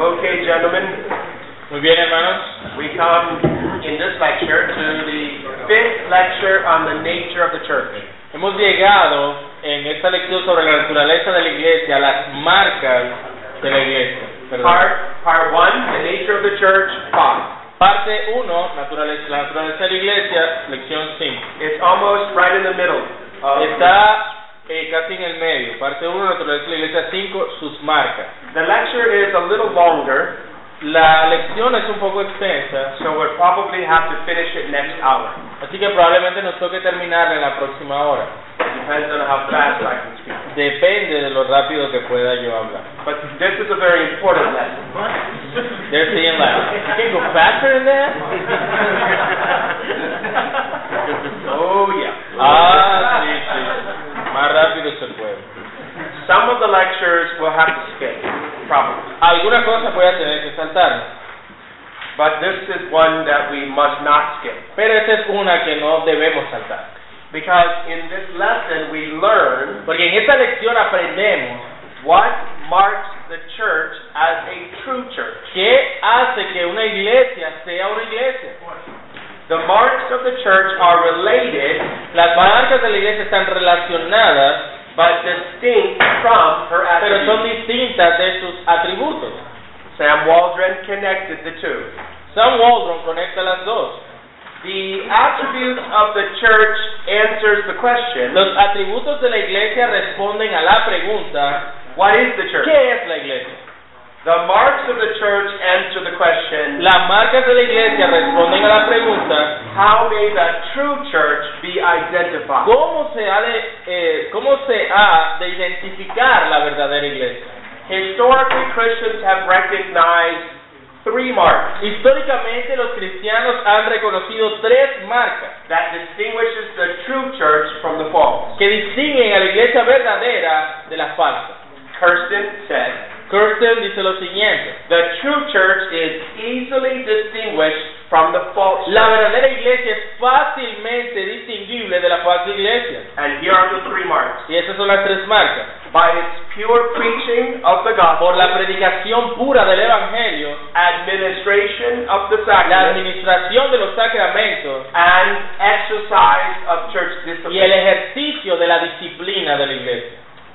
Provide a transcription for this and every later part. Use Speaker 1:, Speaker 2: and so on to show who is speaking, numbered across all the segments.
Speaker 1: Okay, gentlemen,
Speaker 2: Muy bien, hermanos.
Speaker 1: we come in this lecture to the fifth lecture on the nature of the church.
Speaker 2: Hemos llegado en esta lección sobre la naturaleza de la iglesia, las marcas de la iglesia. perdón.
Speaker 1: Part, part one, the nature of the church, five.
Speaker 2: Parte 1, naturaleza, la naturaleza de la iglesia, lección 5.
Speaker 1: It's almost right in the middle of
Speaker 2: Está eh, casi en el medio. Parte 1, naturaleza de la iglesia 5, sus marcas.
Speaker 1: The lecture is a little longer,
Speaker 2: La lección es un poco extensa,
Speaker 1: so we'll probably have to finish it next hour.
Speaker 2: así que probablemente nos toque terminarla en la próxima hora.
Speaker 1: Depends on how fast I can speak.
Speaker 2: Depende de lo rápido que pueda yo hablar.
Speaker 1: But this is a very important lesson.
Speaker 2: They're saying like, you can go faster than that?
Speaker 1: Oh, yeah.
Speaker 2: ah, sí, sí. Más rápido se puede.
Speaker 1: Some of the lectures will have to skip, probably.
Speaker 2: Alguna cosa voy a tener que saltar,
Speaker 1: But this is one that we must not skip.
Speaker 2: pero esta es una que no debemos saltar.
Speaker 1: Because in this lesson, we learn
Speaker 2: Porque en esta lección aprendemos
Speaker 1: what marks the church as a true church.
Speaker 2: qué hace que una iglesia sea una iglesia.
Speaker 1: The marks of the church are related
Speaker 2: Las marcas de la iglesia están relacionadas,
Speaker 1: but distinct from her
Speaker 2: pero son
Speaker 1: attributes.
Speaker 2: distintas de sus atributos.
Speaker 1: Sam Waldron connected the two.
Speaker 2: Sam Waldron conecta las dos.
Speaker 1: The attributes of the church answers the question,
Speaker 2: Los atributos de la iglesia responden a la pregunta,
Speaker 1: what is the church?
Speaker 2: ¿qué es la iglesia?
Speaker 1: The marks of the church answer the question,
Speaker 2: Las marcas de la iglesia responden a la pregunta,
Speaker 1: how may the true church be identified?
Speaker 2: ¿cómo se ha de, eh, cómo se ha de identificar la verdadera iglesia?
Speaker 1: Historically, Christians have recognized three marks
Speaker 2: Históricamente los cristianos han reconocido tres marcas
Speaker 1: that distinguishes the true church from the false.
Speaker 2: que distinguen a la iglesia verdadera de la falsa.
Speaker 1: Kirsten said,
Speaker 2: Kirsten dice lo siguiente,
Speaker 1: the true church is easily distinguished from the false
Speaker 2: la
Speaker 1: church.
Speaker 2: verdadera iglesia es fácilmente distinguible de la falsa iglesia.
Speaker 1: And here are the three marks.
Speaker 2: Y esas son las tres marcas.
Speaker 1: By its pure preaching of the
Speaker 2: Por
Speaker 1: gospel,
Speaker 2: la predicación pura del Evangelio,
Speaker 1: administration of the
Speaker 2: la
Speaker 1: sacrament,
Speaker 2: administración de los sacramentos
Speaker 1: and exercise of church
Speaker 2: y el
Speaker 1: discipline.
Speaker 2: ejercicio de la disciplina de la iglesia.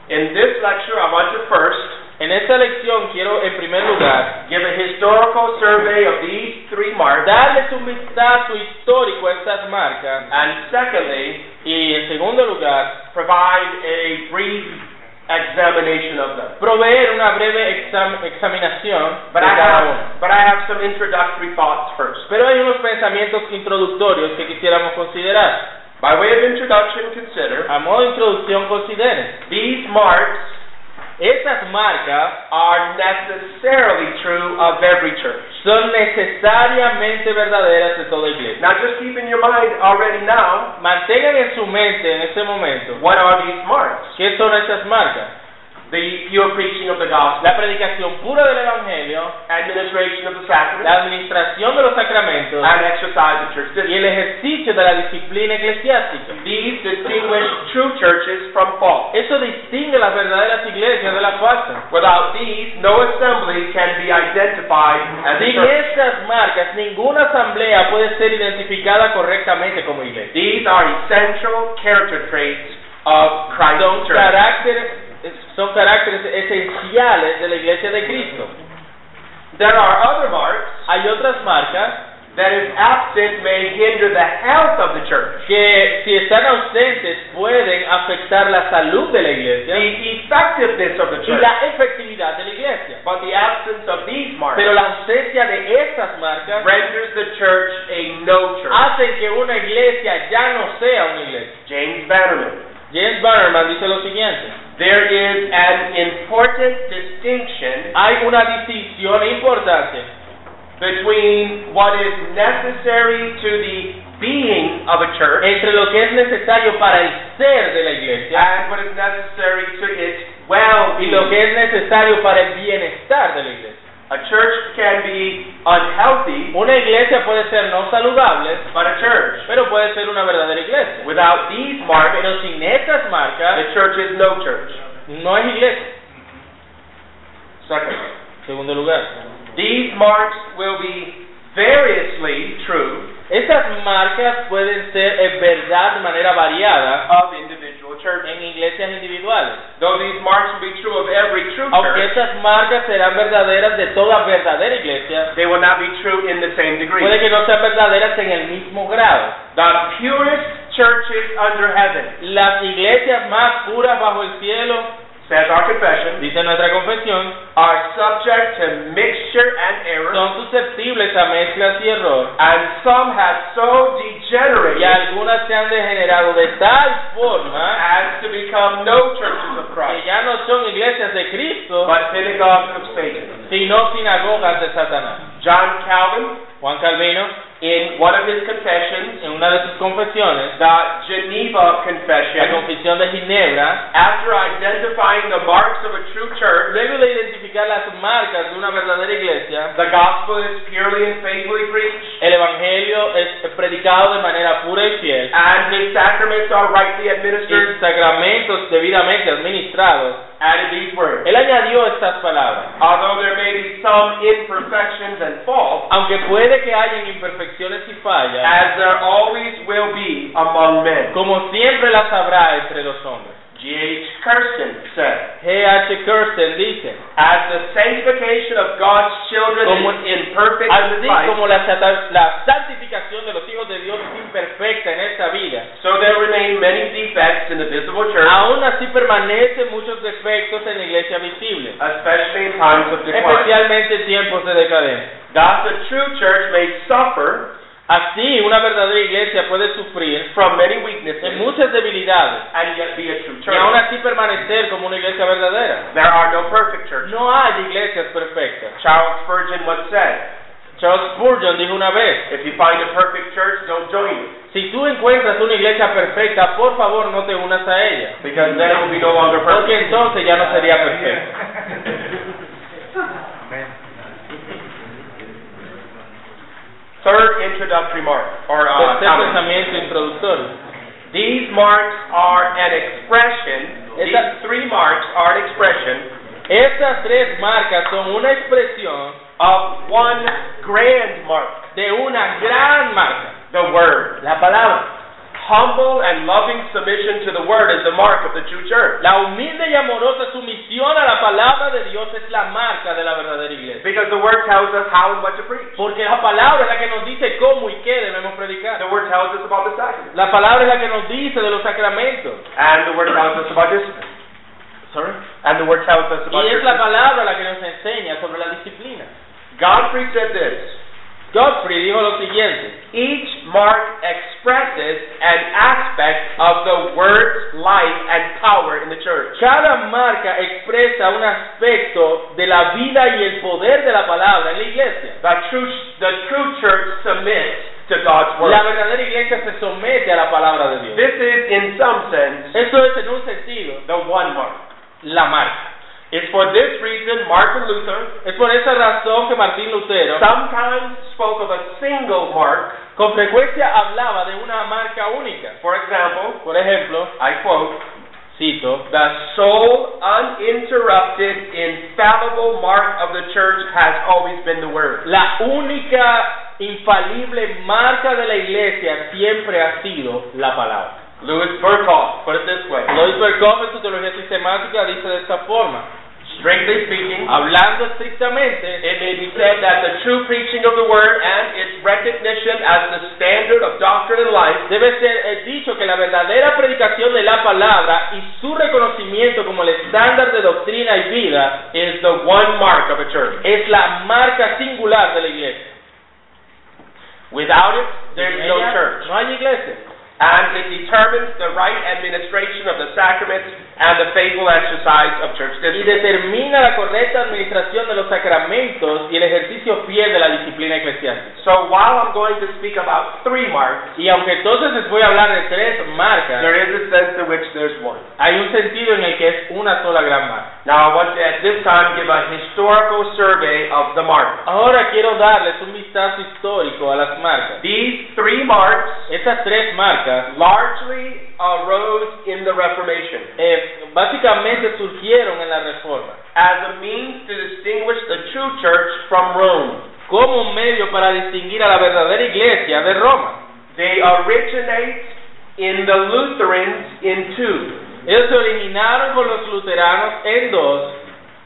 Speaker 1: In this lecture, I want to first
Speaker 2: En esta lección quiero en primer lugar
Speaker 1: give a historical survey of these three marks,
Speaker 2: darles un vistazo histórico a estas marcas
Speaker 1: and secondly,
Speaker 2: y en segundo lugar
Speaker 1: provide a brief examination of them.
Speaker 2: proveer una breve exam- examinación de
Speaker 1: But I
Speaker 2: cada uno.
Speaker 1: have, but I have some introductory thoughts first.
Speaker 2: Pero hay unos pensamientos introductorios que quisiéramos considerar.
Speaker 1: By way of introduction, consider
Speaker 2: A modo de introducción, consideren.
Speaker 1: these marks
Speaker 2: Estas marcas
Speaker 1: are necessarily true of every church.
Speaker 2: son necesariamente verdaderas de toda iglesia.
Speaker 1: Now, just keep in your mind already now
Speaker 2: Mantengan en su mente en este momento
Speaker 1: what are these marks?
Speaker 2: qué son estas marcas.
Speaker 1: The pure preaching of the gospel,
Speaker 2: La predicación pura del Evangelio,
Speaker 1: administration of the
Speaker 2: la
Speaker 1: sacrament,
Speaker 2: administración de los sacramentos
Speaker 1: and exercise of church
Speaker 2: y
Speaker 1: discipline.
Speaker 2: el ejercicio de la disciplina eclesiástica.
Speaker 1: These distinguish true churches from false.
Speaker 2: Eso distingue las verdaderas iglesias de las falsas.
Speaker 1: Without these, no assembly can be identified as a
Speaker 2: Sin
Speaker 1: church.
Speaker 2: estas marcas, ninguna asamblea puede ser identificada correctamente como iglesia.
Speaker 1: These are essential character traits of
Speaker 2: Son
Speaker 1: Christ's church.
Speaker 2: caracteres, son caracteres esenciales de la iglesia de Cristo.
Speaker 1: There are other marks
Speaker 2: Hay otras marcas
Speaker 1: that, if absent, may hinder the health of the church.
Speaker 2: que, si están ausentes, pueden afectar la salud de la
Speaker 1: the
Speaker 2: iglesia
Speaker 1: effectiveness of the
Speaker 2: y
Speaker 1: church.
Speaker 2: la efectividad de la iglesia.
Speaker 1: But the absence of these marks
Speaker 2: Pero la ausencia de estas marcas
Speaker 1: renders the church a no church.
Speaker 2: hacen que una iglesia ya no sea una iglesia.
Speaker 1: James Bannerman.
Speaker 2: James Bannerman dice lo siguiente.
Speaker 1: There is an important distinction
Speaker 2: Hay una distinción importante
Speaker 1: between what is necessary to the being of a church
Speaker 2: entre lo que es necesario para el ser de la iglesia
Speaker 1: and what is necessary to its
Speaker 2: y lo
Speaker 1: well-being.
Speaker 2: que es necesario para el bienestar de la iglesia.
Speaker 1: A church can be unhealthy,
Speaker 2: Una iglesia puede ser no saludable,
Speaker 1: but a church
Speaker 2: pero puede ser una verdadera iglesia.
Speaker 1: without these markers,
Speaker 2: Pero sin estas marcas,
Speaker 1: the church is no church.
Speaker 2: no es iglesia.
Speaker 1: Second,
Speaker 2: Segundo lugar,
Speaker 1: these marks will be variously true
Speaker 2: estas marcas pueden ser en verdad de manera variada
Speaker 1: of individual churches.
Speaker 2: en iglesias individuales.
Speaker 1: Though these marks will be true of every true
Speaker 2: Aunque
Speaker 1: church,
Speaker 2: estas marcas serán verdaderas de toda verdadera iglesia,
Speaker 1: they will not be true in the same degree.
Speaker 2: puede que no sean verdaderas en el mismo grado.
Speaker 1: The purest churches under heaven,
Speaker 2: Las iglesias más puras bajo el cielo,
Speaker 1: says our confession,
Speaker 2: dice nuestra confesión,
Speaker 1: are subject to mixture and error,
Speaker 2: son susceptibles a mezclas y error.
Speaker 1: and some have so degenerated
Speaker 2: Y algunas se han degenerado de tal forma
Speaker 1: as to become no churches of
Speaker 2: que
Speaker 1: Christ,
Speaker 2: ya no son iglesias de Cristo,
Speaker 1: but synagogues of Satan.
Speaker 2: sino sinagogas de Satanás.
Speaker 1: John Calvin,
Speaker 2: Juan Calvino,
Speaker 1: in one of his confessions,
Speaker 2: en una de sus confesiones,
Speaker 1: the Geneva
Speaker 2: la
Speaker 1: Confession,
Speaker 2: confesión de Ginebra,
Speaker 1: after identifying the marks of a true church,
Speaker 2: luego de identificar las marcas de una verdadera iglesia,
Speaker 1: the gospel is purely and faithfully preached,
Speaker 2: el Evangelio es predicado de manera pura y fiel,
Speaker 1: and his sacraments are rightly
Speaker 2: y
Speaker 1: administered,
Speaker 2: sus sacramentos debidamente administrados,
Speaker 1: added these words.
Speaker 2: él añadió estas palabras.
Speaker 1: Although there may be some imperfections and faults,
Speaker 2: Aunque puede que hayan imperfecciones y fallas,
Speaker 1: as there always will be among men.
Speaker 2: como siempre las habrá entre los hombres.
Speaker 1: G.H. Kirsten said,
Speaker 2: G.H. Kirsten dice,
Speaker 1: As the sanctification of God's children
Speaker 2: Como-
Speaker 1: is imperfect in
Speaker 2: así
Speaker 1: life,
Speaker 2: como la, sata- la santificación de los hijos de Dios es imperfecta en esta vida,
Speaker 1: so there remain many defects in the visible church,
Speaker 2: Aún así permanecen muchos defectos en la iglesia visible,
Speaker 1: especially in times of decline.
Speaker 2: especialmente en tiempos de decadencia.
Speaker 1: Thus, the true church may suffer
Speaker 2: Así, una verdadera iglesia puede sufrir
Speaker 1: from many
Speaker 2: de
Speaker 1: weaknesses
Speaker 2: muchas debilidades
Speaker 1: and yet be a true
Speaker 2: y aún
Speaker 1: church.
Speaker 2: así permanecer como una iglesia verdadera.
Speaker 1: There are no perfect churches.
Speaker 2: No hay iglesias perfectas.
Speaker 1: Charles Spurgeon once said,
Speaker 2: Charles Spurgeon dijo una vez,
Speaker 1: If you find a perfect church, don't join it,
Speaker 2: si tú encuentras una iglesia perfecta, por favor no te unas a ella,
Speaker 1: because then it will be no longer perfect.
Speaker 2: porque entonces ya no sería perfecta.
Speaker 1: Third introductory mark, or uh, comment.
Speaker 2: Tercer Este pensamiento introductorio.
Speaker 1: These marks are an expression.
Speaker 2: Is
Speaker 1: These
Speaker 2: that-
Speaker 1: three marks are an expression
Speaker 2: Estas tres marcas son una expresión
Speaker 1: of one grand mark,
Speaker 2: de una gran marca.
Speaker 1: the Word.
Speaker 2: La palabra.
Speaker 1: Humble and loving submission to the Word is the mark of the true church,
Speaker 2: La humilde y amorosa sumisión a la palabra de Dios es la marca de la verdadera iglesia.
Speaker 1: because the Word tells us how and what to preach.
Speaker 2: Porque la palabra es la que nos dice cómo y qué debemos predicar.
Speaker 1: The Word tells us about the sacrament,
Speaker 2: La palabra es la que nos dice de los sacramentos.
Speaker 1: and the Word tells us about discipline, and the Word tells us about.
Speaker 2: Y es la
Speaker 1: discipline.
Speaker 2: palabra la que nos enseña sobre la disciplina.
Speaker 1: Godfrey said this.
Speaker 2: Godfrey dijo lo siguiente.
Speaker 1: Each mark expresses an aspect of the Word's life and power in the church.
Speaker 2: Cada marca expresa un aspecto de la vida y el poder de la palabra en la iglesia.
Speaker 1: The true, the true church submits to God's
Speaker 2: La
Speaker 1: Word.
Speaker 2: verdadera iglesia se somete a la palabra de Dios.
Speaker 1: This is, in some sense,
Speaker 2: Eso es en un sentido
Speaker 1: the one mark.
Speaker 2: la marca.
Speaker 1: It's for this reason Martin Luther
Speaker 2: Es por esa razón que Martín Lutero
Speaker 1: sometimes spoke of a single mark.
Speaker 2: con frecuencia hablaba de una marca única.
Speaker 1: For example,
Speaker 2: Por ejemplo,
Speaker 1: I quote,
Speaker 2: cito,
Speaker 1: the sole, uninterrupted, infallible mark of the church has always been the Word.
Speaker 2: la única infalible marca de la iglesia siempre ha sido la palabra.
Speaker 1: Louis Burkhoff put it this way.
Speaker 2: Lloyd Berkhoff en su teología sistemática dice de esta forma,
Speaker 1: Strictly speaking,
Speaker 2: hablando estrictamente,
Speaker 1: It may be said that the true preaching of the word and its recognition as the standard of doctrine and life
Speaker 2: debe ser eh, dicho que la verdadera predicación de la palabra y su reconocimiento como el estándar de doctrina y vida
Speaker 1: is the one mark of a church.
Speaker 2: es la marca singular de la iglesia.
Speaker 1: Without it, there's
Speaker 2: Sin
Speaker 1: no
Speaker 2: ella,
Speaker 1: church.
Speaker 2: No hay iglesia.
Speaker 1: And it determines the right administration of the sacraments and the faithful exercise of church
Speaker 2: Y
Speaker 1: discipline.
Speaker 2: determina la correcta administración de los sacramentos y el ejercicio fiel de la disciplina eclesiástica.
Speaker 1: So while I'm going to speak about three marks,
Speaker 2: Y aunque entonces les voy a hablar de tres marcas,
Speaker 1: there is a sense in which there's one.
Speaker 2: hay un sentido en el que es una sola gran marca.
Speaker 1: Now I want to at this time give a his- historical survey of the mark.
Speaker 2: Ahora quiero darles un vistazo histórico a las marcas.
Speaker 1: These three marks
Speaker 2: Estas tres marcas
Speaker 1: largely arose in the Reformation
Speaker 2: eh, básicamente surgieron en la Reforma
Speaker 1: as a means to distinguish the true church from Rome.
Speaker 2: como un medio para distinguir a la verdadera iglesia de Roma.
Speaker 1: They originate in the Lutherans in two
Speaker 2: Ellos se originaron con los luteranos en dos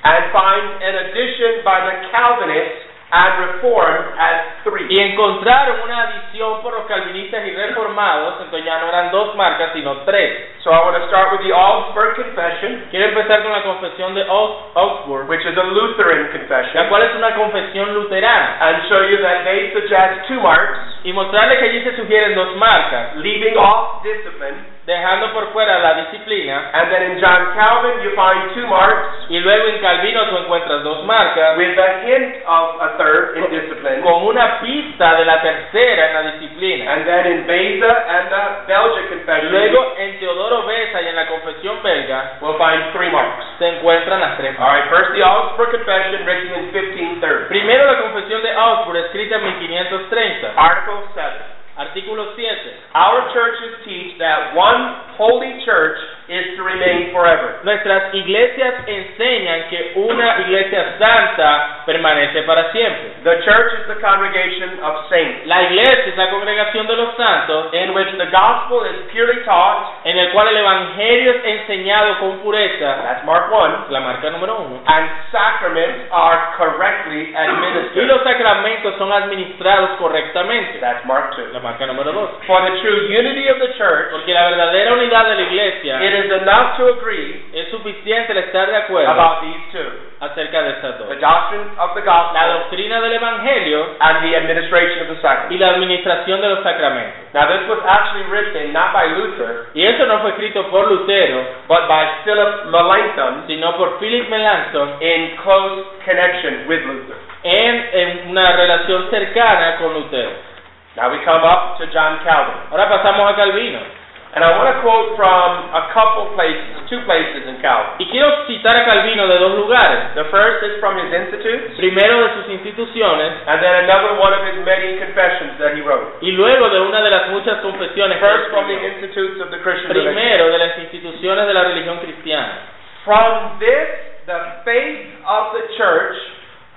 Speaker 1: and find an addition by the Calvinists and Reformed as three.
Speaker 2: y encontraron una adición por los calvinistas y reformados, entonces ya no eran dos marcas sino tres.
Speaker 1: So I want to start with the Augsburg Confession,
Speaker 2: Quiero empezar con la confesión de Augs- Augsburg,
Speaker 1: which is a Lutheran
Speaker 2: la
Speaker 1: confession,
Speaker 2: cual es una confesión luterana,
Speaker 1: and show you that they suggest two marks,
Speaker 2: y mostrarles que allí se sugieren dos marcas,
Speaker 1: leaving off discipline.
Speaker 2: dejando por fuera la disciplina,
Speaker 1: And then in John Calvin, you find two marks
Speaker 2: y luego en Calvino tú encuentras dos marcas,
Speaker 1: with a hint of a third in discipline.
Speaker 2: con una pista de la tercera en la disciplina.
Speaker 1: And then in Beza and the Belgian confession,
Speaker 2: Luego, en Teodoro Besa y en la confesión belga,
Speaker 1: we'll find three marks.
Speaker 2: se encuentran las tres
Speaker 1: All right,
Speaker 2: marcas.
Speaker 1: first the Augsburg Confession, written in 1530.
Speaker 2: Primero, la confesión de Augsburg, escrita en 1530,
Speaker 1: Article 7.
Speaker 2: artículo 7.
Speaker 1: Our churches teach that one holy church is to remain forever.
Speaker 2: Nuestras iglesias enseñan que una iglesia santa permanece para siempre.
Speaker 1: The church is the congregation of saints,
Speaker 2: La iglesia es la congregación de los santos
Speaker 1: in which the gospel is purely taught,
Speaker 2: en el cual el evangelio es enseñado con pureza,
Speaker 1: that's Mark 1,
Speaker 2: la marca número uno.
Speaker 1: and sacraments are correctly
Speaker 2: Y
Speaker 1: administered,
Speaker 2: los sacramentos son administrados correctamente,
Speaker 1: that's Mark 2.
Speaker 2: la marca número dos.
Speaker 1: For the true unity of the church,
Speaker 2: Porque la verdadera unidad de la iglesia
Speaker 1: it is enough to agree
Speaker 2: Es suficiente el estar de acuerdo
Speaker 1: about these two
Speaker 2: acerca de estas dos.
Speaker 1: the doctrine of the
Speaker 2: La
Speaker 1: gospel
Speaker 2: doctrina del Evangelio
Speaker 1: and the administration of the
Speaker 2: y
Speaker 1: sacrament.
Speaker 2: la administración de los sacramentos.
Speaker 1: Now, this was actually written not by Luther,
Speaker 2: Y eso no fue escrito por Lutero,
Speaker 1: but by Philip Melanchthon
Speaker 2: sino por Philip Melanchthon
Speaker 1: in close connection with Luther.
Speaker 2: en, en una relación cercana con Lutero.
Speaker 1: Now, we come up to John Calvin.
Speaker 2: Ahora pasamos a Calvino.
Speaker 1: And I want to quote from a couple places, two places in Calvin.
Speaker 2: Y quiero citar a Calvino de dos lugares.
Speaker 1: The first is from his Institutes,
Speaker 2: Primero de sus instituciones
Speaker 1: and then another one of his many confessions that he wrote.
Speaker 2: y luego de una de las muchas confesiones. que
Speaker 1: First, from the
Speaker 2: escribió.
Speaker 1: Institutes of the Christian Religion.
Speaker 2: Primero de las instituciones de la religión cristiana.
Speaker 1: From this, the faith of the church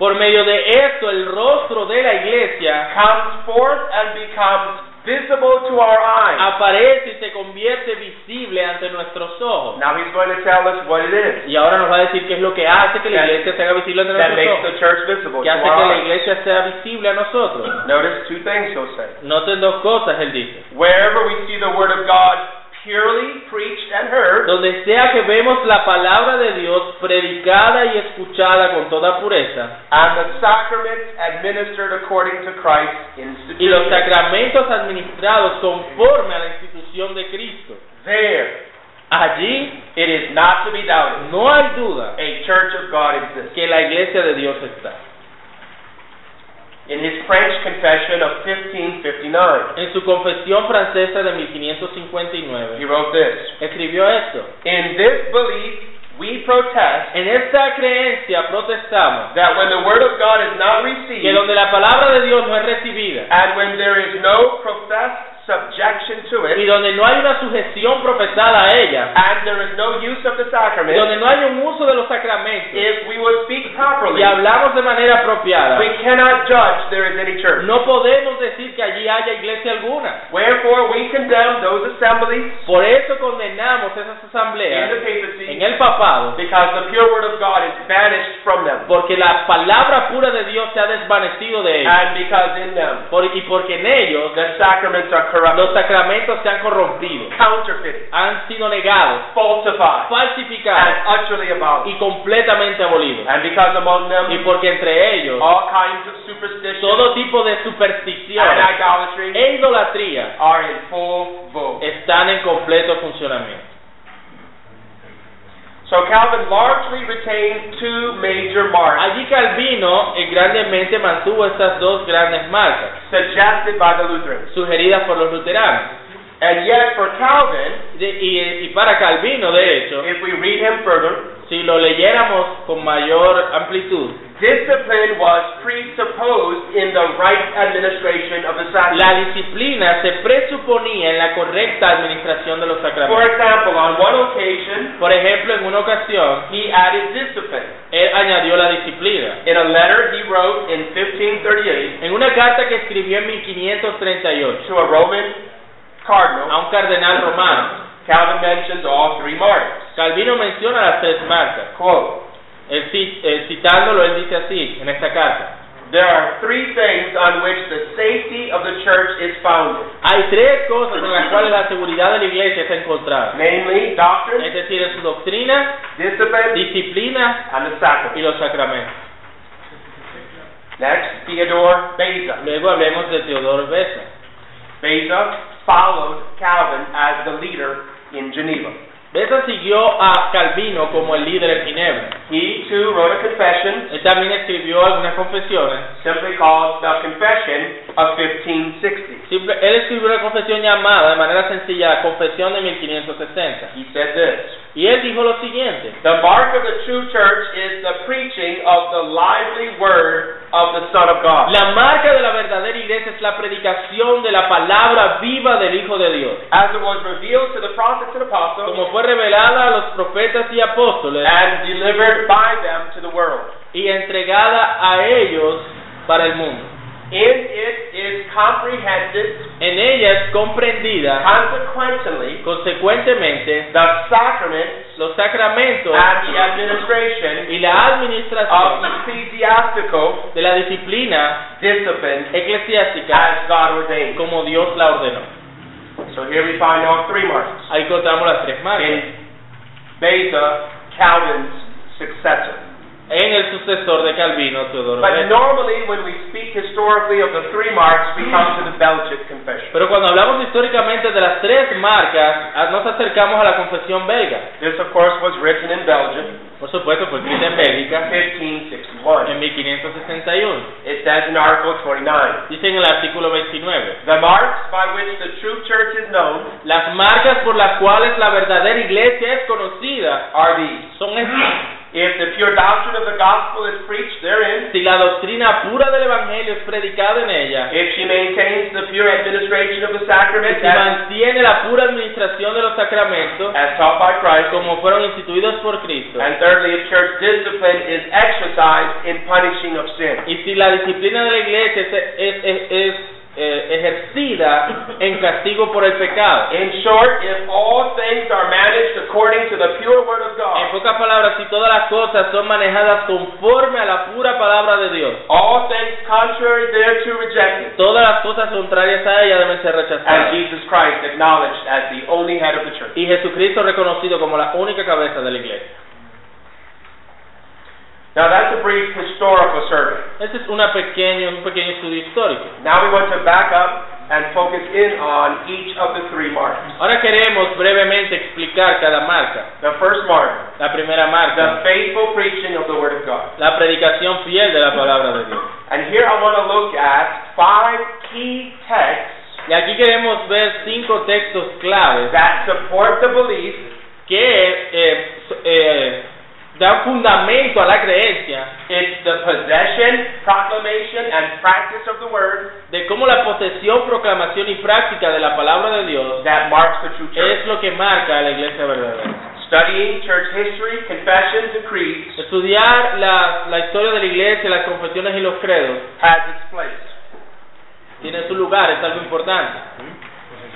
Speaker 2: Por medio de esto, el rostro de la iglesia
Speaker 1: comes forth and becomes visible to our eyes.
Speaker 2: aparece y se convierte visible ante nuestros ojos.
Speaker 1: Now he's going to tell us what it is
Speaker 2: Y ahora nos va a decir qué es lo que hace que la iglesia se haga visible ante
Speaker 1: that makes
Speaker 2: nuestros
Speaker 1: the
Speaker 2: ojos.
Speaker 1: church visible to
Speaker 2: Que hace que
Speaker 1: our
Speaker 2: la
Speaker 1: eyes.
Speaker 2: iglesia sea visible a nosotros.
Speaker 1: Notice two things he'll say.
Speaker 2: Noten dos cosas, él dice.
Speaker 1: Wherever we see the word of God purely preached and heard,
Speaker 2: Donde sea que vemos la palabra de Dios predicada y escuchada con toda pureza,
Speaker 1: and the sacraments administered according to Christ's
Speaker 2: y los
Speaker 1: institution,
Speaker 2: sacramentos administrados conforme a la institución de Cristo,
Speaker 1: there
Speaker 2: allí
Speaker 1: it is not to be doubted.
Speaker 2: no hay duda
Speaker 1: A church of God exists.
Speaker 2: que la iglesia de Dios está.
Speaker 1: In his French Confession of 1559,
Speaker 2: En su confesión francesa de 1559,
Speaker 1: He wrote this
Speaker 2: escribió esto.
Speaker 1: In this belief, we protest
Speaker 2: En esta creencia protestamos
Speaker 1: that when the Word of God is not received
Speaker 2: que donde la palabra de Dios no es recibida
Speaker 1: and when there is no professed subjection to
Speaker 2: y
Speaker 1: it
Speaker 2: donde no hay una sujeción profesada a ella,
Speaker 1: and there is no use of the
Speaker 2: y donde
Speaker 1: sacrament,
Speaker 2: no hay un uso de los sacramentos
Speaker 1: if we will speak properly,
Speaker 2: y hablamos de manera apropiada,
Speaker 1: we cannot judge there is any church.
Speaker 2: no podemos decir que allí haya iglesia alguna.
Speaker 1: Wherefore, we condemn those assemblies
Speaker 2: Por eso condenamos esas
Speaker 1: in the
Speaker 2: asambleas en
Speaker 1: papacy
Speaker 2: el papado,
Speaker 1: because the pure Word of God is banished from them
Speaker 2: porque la palabra pura de Dios se ha desvanecido de ellos
Speaker 1: and because in them
Speaker 2: por- y porque en ellos
Speaker 1: the sacraments are
Speaker 2: los
Speaker 1: corrupted,
Speaker 2: sacramentos se han corrompido,
Speaker 1: counterfeited,
Speaker 2: han sido negados,
Speaker 1: falsified, and
Speaker 2: falsificados
Speaker 1: utterly abolished.
Speaker 2: y completamente abolidos.
Speaker 1: And because among them
Speaker 2: Y porque entre ellos
Speaker 1: all kinds of superstition
Speaker 2: todo tipo de
Speaker 1: and
Speaker 2: superstición
Speaker 1: idolatry
Speaker 2: e idolatría
Speaker 1: are in full vogue.
Speaker 2: están en completo funcionamiento.
Speaker 1: So Calvin largely retained two major marks
Speaker 2: Allí Calvino eh, grandemente mantuvo estas dos grandes marcas,
Speaker 1: suggested by the Lutherans.
Speaker 2: sugeridas por los luteranos.
Speaker 1: And yet for Calvin,
Speaker 2: De- y, y para Calvino, de hecho,
Speaker 1: if we read him further,
Speaker 2: si si lo leyéramos con mayor amplitud,
Speaker 1: Discipline was presupposed in the right administration of the
Speaker 2: la
Speaker 1: sacrament.
Speaker 2: disciplina se presuponía en la correcta administración de los
Speaker 1: For
Speaker 2: sacramentos.
Speaker 1: example, on one occasion,
Speaker 2: Por ejemplo, en una ocasión,
Speaker 1: he added discipline.
Speaker 2: él añadió la disciplina.
Speaker 1: In a letter he wrote in 1538
Speaker 2: En una carta que escribió en 1538
Speaker 1: to a Roman
Speaker 2: a
Speaker 1: cardinal,
Speaker 2: un cardenal romano,
Speaker 1: Calvin mentions all three martyrs.
Speaker 2: Calvino menciona las tres marcas.
Speaker 1: Quote,
Speaker 2: Él ci- eh, citándolo, él dice así en esta carta.
Speaker 1: there are three things on which the safety of the church is founded,
Speaker 2: Hay tres cosas en las cuales la seguridad de la iglesia está encontrada.
Speaker 1: namely doctrine,
Speaker 2: Es decir, en su doctrina,
Speaker 1: discipline,
Speaker 2: disciplina
Speaker 1: and the
Speaker 2: y
Speaker 1: sacrament.
Speaker 2: los sacramentos.
Speaker 1: Next, Theodore Beza.
Speaker 2: Luego hablemos de Teodoro Beza.
Speaker 1: Beza followed Calvin as the leader in Geneva.
Speaker 2: Beza siguió a Calvino como el líder en Ginebra.
Speaker 1: He too wrote a confession,
Speaker 2: Él también escribió algunas confesiones.
Speaker 1: simply called the Confession of 1560.
Speaker 2: Simple- él escribió una confesión llamada, de manera sencilla, la Confesión de 1560.
Speaker 1: He said this.
Speaker 2: Y él dijo lo siguiente.
Speaker 1: The mark of the true church is the preaching of the lively word of the Son of God.
Speaker 2: La marca de la verdadera iglesia es la predicación de la palabra viva del Hijo de Dios.
Speaker 1: As it was revealed to the prophets and apostles
Speaker 2: como fue revelada a los profetas y apóstoles
Speaker 1: and delivered by them to the world.
Speaker 2: y entregada a ellos para el mundo.
Speaker 1: In it is comprehended,
Speaker 2: En ella es comprendida,
Speaker 1: consequently,
Speaker 2: consecuentemente,
Speaker 1: the sacraments
Speaker 2: los sacramentos
Speaker 1: and the administration
Speaker 2: y la
Speaker 1: of
Speaker 2: administración
Speaker 1: ecclesiastical
Speaker 2: de la disciplina
Speaker 1: discipline
Speaker 2: eclesiástica
Speaker 1: as God ordained.
Speaker 2: como Dios la ordenó.
Speaker 1: So here we find all three marks
Speaker 2: Ahí encontramos las tres marcas.
Speaker 1: in Beza, Calvin's successor.
Speaker 2: En el sucesor de Calvino, Teodoro.
Speaker 1: But
Speaker 2: Beza.
Speaker 1: normally, when we speak historically of the three marks, we come to the Belgic Confession.
Speaker 2: Pero cuando hablamos históricamente de las tres marcas, a- nos acercamos a la confesión belga.
Speaker 1: This, of course, was written in Belgium
Speaker 2: Por supuesto, fue escrita en Bélgica
Speaker 1: in 1561.
Speaker 2: en 1561.
Speaker 1: It says in Article 29,
Speaker 2: Dice en el artículo 29.
Speaker 1: the marks by which the true church is known
Speaker 2: Las marcas por las cuales la verdadera iglesia es conocida
Speaker 1: are these.
Speaker 2: son estas.
Speaker 1: If the pure doctrine of the gospel is preached therein,
Speaker 2: Si la doctrina pura del Evangelio es predicada en ella,
Speaker 1: if she maintains the pure administration of the
Speaker 2: si
Speaker 1: sacrament as,
Speaker 2: mantiene la pura administración de los sacramentos
Speaker 1: as taught by Christ,
Speaker 2: como fueron instituidos por Cristo,
Speaker 1: and thirdly, if church discipline is exercised in punishing of sin.
Speaker 2: y si la disciplina de la iglesia es, es- es- es, eh, ejercida en castigo por el pecado.
Speaker 1: In short, if all things are managed according to the pure word of
Speaker 2: En
Speaker 1: God,
Speaker 2: pocas palabras, si todas las cosas son manejadas conforme a la pura palabra de Dios,
Speaker 1: all things contrary thereto rejected,
Speaker 2: todas las cosas contrarias a ella deben ser
Speaker 1: and
Speaker 2: rechazadas.
Speaker 1: Jesus Christ acknowledged as the only head of the church.
Speaker 2: y Jesucristo reconocido como la única cabeza de la iglesia.
Speaker 1: Now that's a brief historical survey.
Speaker 2: Ese es una pequeña, un pequeño estudio histórico.
Speaker 1: Now we want to back up and focus in on each of the three marks.
Speaker 2: Ahora queremos brevemente explicar cada marca.
Speaker 1: The first mark,
Speaker 2: La primera
Speaker 1: the
Speaker 2: marca,
Speaker 1: faithful preaching of the word of God.
Speaker 2: la predicación fiel de la palabra de Dios.
Speaker 1: And here I want to look at five key texts
Speaker 2: Y aquí queremos ver cinco textos claves
Speaker 1: that support the belief
Speaker 2: que eh, so- eh, dan fundamento a la creencia
Speaker 1: it's the possession, proclamation, and practice of the word
Speaker 2: de cómo la posesión, proclamación y práctica de la palabra de Dios
Speaker 1: that marks the true church.
Speaker 2: es lo que marca a la iglesia verdadera.
Speaker 1: Studying church history, confessions, and creeds
Speaker 2: Estudiar la, la historia de la iglesia, las confesiones y los credos
Speaker 1: has its place.
Speaker 2: tiene su lugar, es algo importante.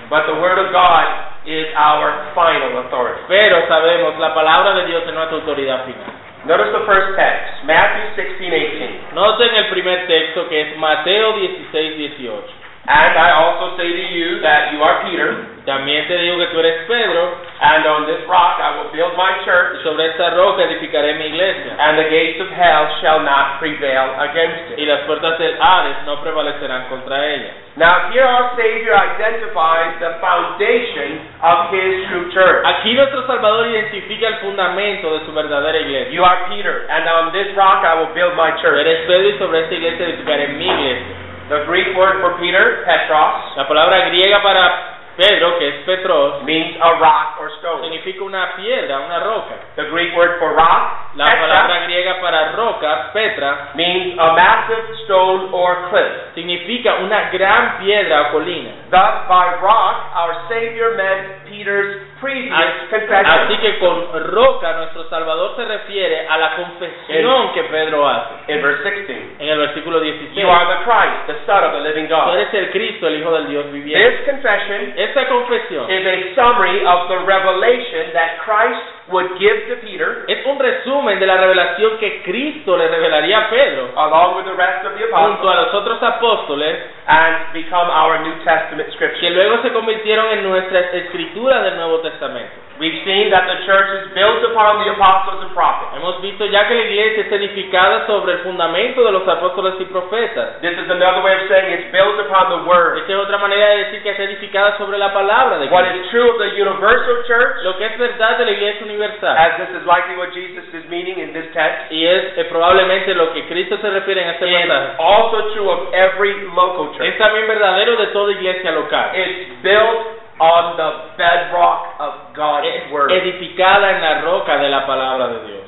Speaker 1: But the Word of God is our final authority.
Speaker 2: Pero sabemos, la palabra de Dios es nuestra autoridad final.
Speaker 1: Notice the first text, Matthew 16, 18.
Speaker 2: Noten el primer texto que es Mateo 16, 18.
Speaker 1: And I also say to you that you are Peter,
Speaker 2: También te digo que tú eres Pedro,
Speaker 1: and on this rock I will build my
Speaker 2: y
Speaker 1: church,
Speaker 2: sobre esta roca edificaré mi iglesia,
Speaker 1: and the gates of hell shall not prevail against
Speaker 2: y
Speaker 1: it.
Speaker 2: las puertas del Hades no prevalecerán contra ella.
Speaker 1: Now, here our Savior identifies the foundation of his true church.
Speaker 2: Aquí nuestro Salvador identifica el fundamento de su verdadera iglesia.
Speaker 1: You are Peter, and on this rock I will build my
Speaker 2: Tú
Speaker 1: church.
Speaker 2: eres Pedro y sobre esta iglesia edificaré mi iglesia.
Speaker 1: The Greek word for Peter, Petros,
Speaker 2: La palabra griega para Pedro, que es Petros,
Speaker 1: means a rock or stone.
Speaker 2: significa una piedra, una roca.
Speaker 1: The Greek word for rock,
Speaker 2: La
Speaker 1: Petra,
Speaker 2: palabra griega para roca, Petra,
Speaker 1: means a massive stone or cliff.
Speaker 2: significa una gran piedra o colina.
Speaker 1: Thus, by rock, our Savior meant Peter's previous
Speaker 2: Así
Speaker 1: confession.
Speaker 2: que con roca nuestro Salvador se refiere a la confesión que Pedro hace
Speaker 1: In verse 16,
Speaker 2: en el versículo
Speaker 1: you
Speaker 2: 16.
Speaker 1: are the Christ, the Son of the living
Speaker 2: Tú
Speaker 1: God.
Speaker 2: eres el Cristo, el Hijo del Dios
Speaker 1: This
Speaker 2: viviente.
Speaker 1: confession
Speaker 2: Esta confesión
Speaker 1: is a summary of the revelation that Christ would give to Peter,
Speaker 2: es un resumen de la revelación que Cristo le revelaría a Pedro
Speaker 1: along with the rest of the
Speaker 2: junto a
Speaker 1: apostles,
Speaker 2: los otros apóstoles
Speaker 1: and become our New Testament
Speaker 2: que
Speaker 1: scripture.
Speaker 2: luego se convirtieron en nuestras escrituras del Nuevo Testamento.
Speaker 1: We've seen that the church is built upon the apostles and prophets.
Speaker 2: Hemos visto ya que la iglesia es edificada sobre el fundamento de los apóstoles y profetas.
Speaker 1: This is another way of saying it's built upon the Word.
Speaker 2: Esta es otra manera de decir que es edificada sobre la palabra de
Speaker 1: What
Speaker 2: Cristo.
Speaker 1: is true of the universal church,
Speaker 2: Lo que es verdad de la iglesia universal,
Speaker 1: as this is likely what Jesus is meaning in this text,
Speaker 2: y es eh, probablemente lo que Cristo se refiere en este
Speaker 1: is
Speaker 2: pasaje,
Speaker 1: also true of every local
Speaker 2: es
Speaker 1: church.
Speaker 2: también verdadero de toda iglesia local,
Speaker 1: It's built on the bedrock of God's
Speaker 2: Es
Speaker 1: Word.
Speaker 2: edificada en la roca de la palabra de Dios.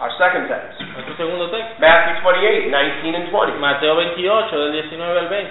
Speaker 1: Our second text.
Speaker 2: Nuestro segundo texto,
Speaker 1: Matthew 28, 19 and 20.
Speaker 2: Mateo 28, del 19 al 20.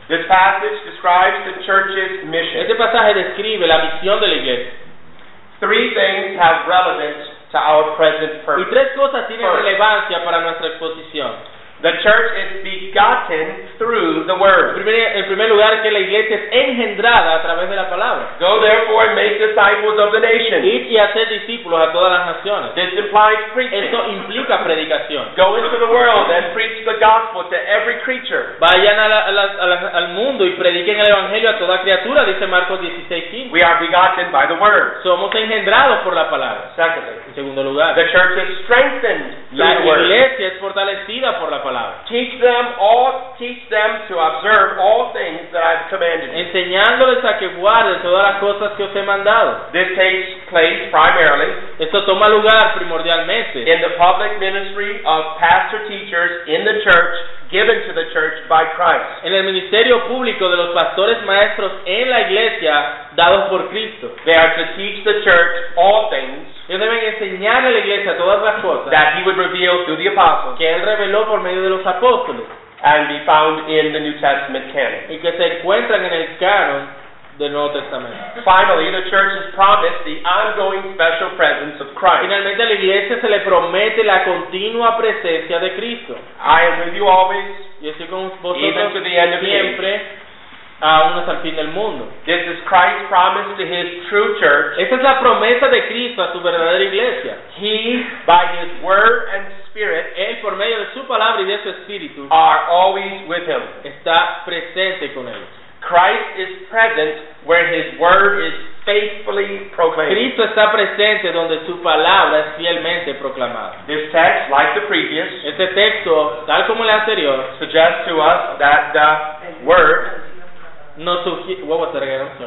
Speaker 1: This passage describes the church's mission.
Speaker 2: Este pasaje describe la misión de la iglesia.
Speaker 1: Three things have relevance to our present
Speaker 2: Y
Speaker 1: purpose.
Speaker 2: tres cosas tienen relevancia para nuestra exposición.
Speaker 1: The church is begotten through the
Speaker 2: En
Speaker 1: Word.
Speaker 2: primer, en primer lugar, que la iglesia es engendrada a través de la palabra.
Speaker 1: Go therefore and make disciples of the nations.
Speaker 2: Ir y hacer discípulos a todas las naciones.
Speaker 1: This implies preaching.
Speaker 2: Esto implica predicación.
Speaker 1: Go into the world and preach the gospel to every creature.
Speaker 2: Vayan a la- a las- a las- al mundo y prediquen el evangelio a toda criatura, dice Marcos 16:15.
Speaker 1: We are begotten by the word.
Speaker 2: Somos engendrados por la palabra.
Speaker 1: Secondly,
Speaker 2: En segundo lugar,
Speaker 1: the church is strengthened through
Speaker 2: la
Speaker 1: the word.
Speaker 2: iglesia es fortalecida por la palabra,
Speaker 1: Teach them all, teach them to observe all things that I've commanded. you.
Speaker 2: enseñándoles a que guarden todas las cosas que os he mandado.
Speaker 1: This takes place primarily
Speaker 2: Esto toma lugar primordialmente
Speaker 1: in the public ministry of pastor teachers in the church, given to the church by Christ.
Speaker 2: en el ministerio público de los pastores maestros en la iglesia dados por Cristo.
Speaker 1: They are to teach the church all things
Speaker 2: Ellos deben enseñar a la iglesia todas las cosas
Speaker 1: that he would reveal through the apostles
Speaker 2: que él reveló por medio de los apóstoles
Speaker 1: and be found in the New Testament canon.
Speaker 2: y que se encuentran en el canon del Nuevo Testamento.
Speaker 1: Finally, the church is promised the ongoing special presence of Christ.
Speaker 2: Finalmente a la iglesia se le promete la continua presencia de Cristo.
Speaker 1: I am with you always.
Speaker 2: Yo estoy con
Speaker 1: Even
Speaker 2: vosotros
Speaker 1: to the end of the
Speaker 2: siempre, aún hasta el fin del mundo.
Speaker 1: This is Christ's promise to his true church.
Speaker 2: Esa es la promesa de Cristo a su verdadera iglesia.
Speaker 1: He, by his word and spirit,
Speaker 2: Él, por medio de su palabra y de su espíritu,
Speaker 1: are always with him.
Speaker 2: está presente con ellos.
Speaker 1: Christ is present where his word is faithfully proclaimed.
Speaker 2: Cristo está presente donde su palabra es fielmente proclamada.
Speaker 1: This text, like the previous,
Speaker 2: Este texto, tal como el anterior,
Speaker 1: suggests to us that the word,
Speaker 2: nos sugiere...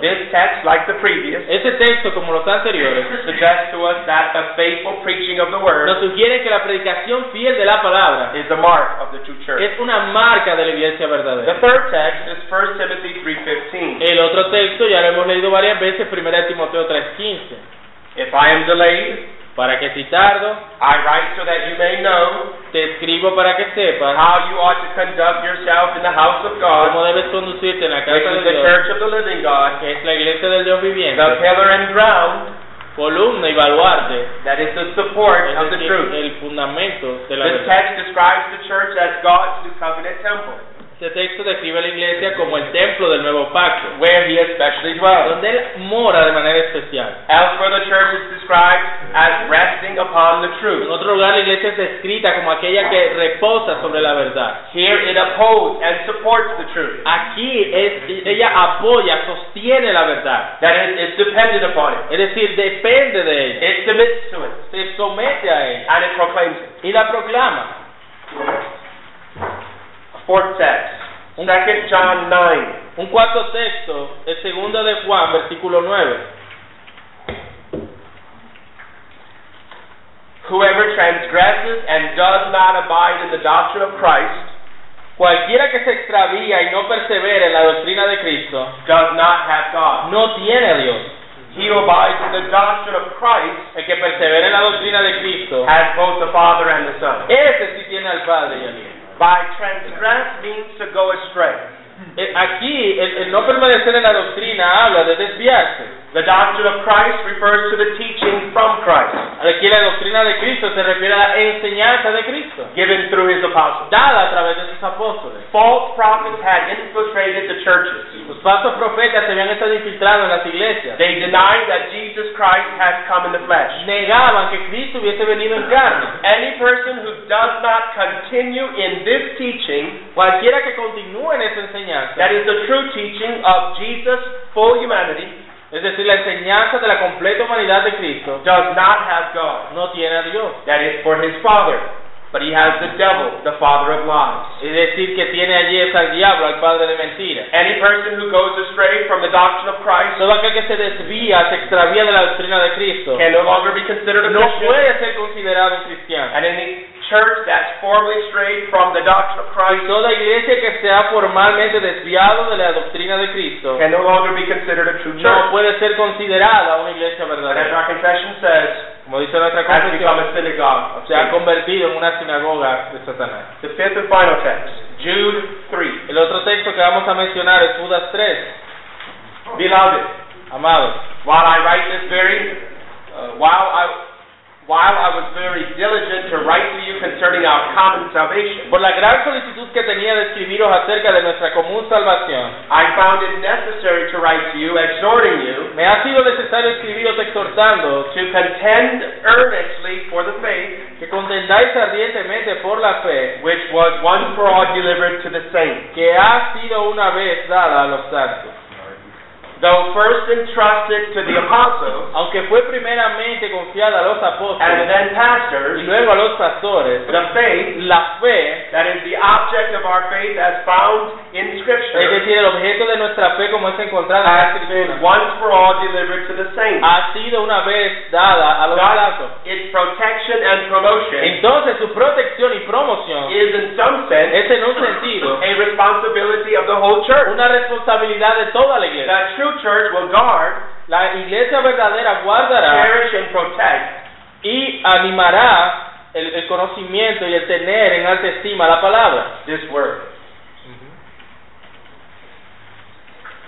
Speaker 1: this text, like the previous,
Speaker 2: Este texto, como los anteriores,
Speaker 1: suggests to us that the faithful preaching of the
Speaker 2: nos
Speaker 1: word
Speaker 2: sugiere que la predicación fiel de la palabra
Speaker 1: is the mark of the true church.
Speaker 2: es una marca de la iglesia
Speaker 1: The
Speaker 2: verdadera.
Speaker 1: third text is 1 Timothy 3:15.
Speaker 2: El otro texto ya lo hemos leído varias veces, 1 Timoteo 3.15.
Speaker 1: If I am delayed,
Speaker 2: Para que si tardo,
Speaker 1: I write so that you may know
Speaker 2: te escribo para que sepas
Speaker 1: how you ought to conduct yourself in the house of
Speaker 2: cómo
Speaker 1: God,
Speaker 2: debes conducirte en la
Speaker 1: which
Speaker 2: casa
Speaker 1: is
Speaker 2: de
Speaker 1: the
Speaker 2: Dios,
Speaker 1: church of the living God,
Speaker 2: que es la iglesia del Dios
Speaker 1: the
Speaker 2: viviente,
Speaker 1: pillar and ground
Speaker 2: columna y baluarte
Speaker 1: that is the support
Speaker 2: Es
Speaker 1: of the
Speaker 2: decir,
Speaker 1: truth.
Speaker 2: el fundamento de la
Speaker 1: This
Speaker 2: verdad.
Speaker 1: text describes the church as God's new covenant temple,
Speaker 2: Este texto describe a la iglesia como el templo del nuevo pacto,
Speaker 1: where He especially dwells.
Speaker 2: donde él mora de manera especial.
Speaker 1: Elsewhere, the church is described as resting upon the
Speaker 2: En
Speaker 1: truth.
Speaker 2: otro lugar, la iglesia es descrita como aquella que reposa sobre la verdad.
Speaker 1: Here it upholds and supports the truth.
Speaker 2: Aquí es, ella apoya, sostiene la verdad.
Speaker 1: That is, it's dependent upon it.
Speaker 2: Es decir, depende de ella.
Speaker 1: It submits to it
Speaker 2: Se somete a ella
Speaker 1: and it proclaims it.
Speaker 2: y la proclama.
Speaker 1: Fourth text, Second John nine.
Speaker 2: Un cuarto texto, el segundo de Juan, versículo 9.
Speaker 1: Whoever transgresses and does not abide in the doctrine of Christ
Speaker 2: Cualquiera que se extravía y no persevera en la doctrina de Cristo,
Speaker 1: does not have God.
Speaker 2: no tiene a Dios.
Speaker 1: He who abides in the doctrine of Christ
Speaker 2: El que persevera en la doctrina de Cristo,
Speaker 1: has both the Father and the Son.
Speaker 2: ese sí tiene al Padre y al Hijo.
Speaker 1: By transgress means to go astray.
Speaker 2: Eh, Aquí, el, el no permanecer en la doctrina habla de desviarse.
Speaker 1: The doctrine of Christ refers to the teaching from Christ,
Speaker 2: Aquí la doctrina de Cristo se refiere a la enseñanza de Cristo,
Speaker 1: given through his apostles.
Speaker 2: dada a través de sus apóstoles.
Speaker 1: False prophets had infiltrated the churches.
Speaker 2: Los falsos profetas se habían estado infiltrando en las iglesias.
Speaker 1: They denied that Jesus Christ has come in the flesh.
Speaker 2: Negaban que Cristo hubiese venido en carne.
Speaker 1: Any person who does not continue in this teaching,
Speaker 2: Cualquiera que continúe en esa enseñanza,
Speaker 1: that is the true teaching of Jesus' full humanity,
Speaker 2: Es decir, la enseñanza de la completa humanidad de Cristo
Speaker 1: does not have God.
Speaker 2: no tiene a Dios.
Speaker 1: That is for his father, but he has the devil, the father of lies.
Speaker 2: Es decir, que tiene allí es al diablo, al padre de mentiras.
Speaker 1: Any person who goes astray from the doctrine of Christ
Speaker 2: Todo aquel que se desvía, se extravía de la doctrina de Cristo,
Speaker 1: can no longer be considered a
Speaker 2: no
Speaker 1: Christian.
Speaker 2: puede ser considerado un cristiano.
Speaker 1: And any church that's formally strayed from the doctrine of Christ
Speaker 2: Toda iglesia que se ha formalmente desviado de la doctrina de Cristo
Speaker 1: can no longer be considered a true
Speaker 2: no
Speaker 1: church.
Speaker 2: puede ser considerada una iglesia
Speaker 1: And as
Speaker 2: verdadera.
Speaker 1: our confession says,
Speaker 2: Como dice nuestra
Speaker 1: has become a
Speaker 2: confesión,
Speaker 1: synagogue of
Speaker 2: se ha
Speaker 1: Satan.
Speaker 2: convertido en una sinagoga de Satanás.
Speaker 1: The fifth and final text, Jude 3.
Speaker 2: El otro texto que vamos a mencionar es Judas 3.
Speaker 1: Beloved,
Speaker 2: Amados,
Speaker 1: while I write this very, uh, while I, while I was very diligent to write to you concerning our common salvation,
Speaker 2: Por la gran solicitud que tenía de escribiros acerca de nuestra común salvación,
Speaker 1: I found it necessary to write to you, exhorting you
Speaker 2: me ha sido necesario escribiros exhortando
Speaker 1: to contend earnestly for the faith
Speaker 2: que contendáis ardientemente por la fe pues,
Speaker 1: which was once for all delivered to the saints.
Speaker 2: que ha sido una vez dada a los santos.
Speaker 1: Though first entrusted to the apostles
Speaker 2: Aunque fue primeramente confiada a los
Speaker 1: and
Speaker 2: apóstoles
Speaker 1: then
Speaker 2: y
Speaker 1: pastors,
Speaker 2: luego a los pastores,
Speaker 1: the faith
Speaker 2: la fe,
Speaker 1: that is the object of our faith as found in
Speaker 2: es
Speaker 1: Scripture.
Speaker 2: decir, el objeto de nuestra fe como es encontrada en la
Speaker 1: has been
Speaker 2: Escritura,
Speaker 1: once for all delivered to the saints.
Speaker 2: ha sido una vez dada a los santos.
Speaker 1: Thus, its protection and promotion
Speaker 2: Entonces su protección y promoción
Speaker 1: is, in some sense,
Speaker 2: es en un sentido
Speaker 1: a responsibility of the whole church.
Speaker 2: una responsabilidad de toda la iglesia.
Speaker 1: The true church will guard,
Speaker 2: La iglesia verdadera guardará
Speaker 1: cherish, and protect
Speaker 2: y animará el, el conocimiento y el tener en alta estima la palabra.
Speaker 1: this word.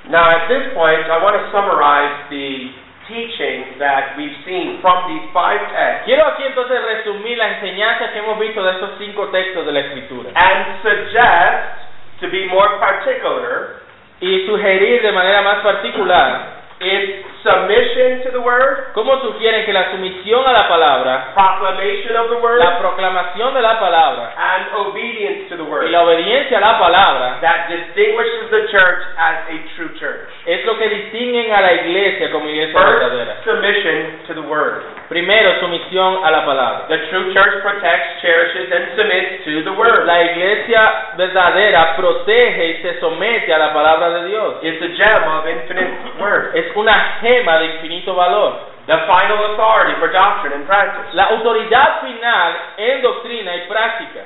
Speaker 1: Now, at this point, I want to summarize the teaching that we've seen from these five texts
Speaker 2: Quiero aquí entonces resumir las enseñanzas que hemos visto de estos cinco textos de la Escritura
Speaker 1: and suggest, to be more particular,
Speaker 2: y sugerir de manera más particular
Speaker 1: its submission to the word,
Speaker 2: cómo sugieren que la sumisión a la palabra,
Speaker 1: proclamation of the word,
Speaker 2: la proclamación de la palabra
Speaker 1: and obedience to the
Speaker 2: y
Speaker 1: word
Speaker 2: la obediencia a la palabra
Speaker 1: that distinguishes the church as a true church.
Speaker 2: es lo que distinguen a la iglesia como iglesia verdadera.
Speaker 1: First, submission to the word.
Speaker 2: Primero, sumisión a la palabra.
Speaker 1: The true church protects, cherishes, and submits to the word.
Speaker 2: La iglesia verdadera protege y se somete a la palabra de Dios.
Speaker 1: It's a gem of infinite word.
Speaker 2: Es una gema de infinito valor.
Speaker 1: The final authority for doctrine and practice.
Speaker 2: La autoridad final en doctrina y práctica.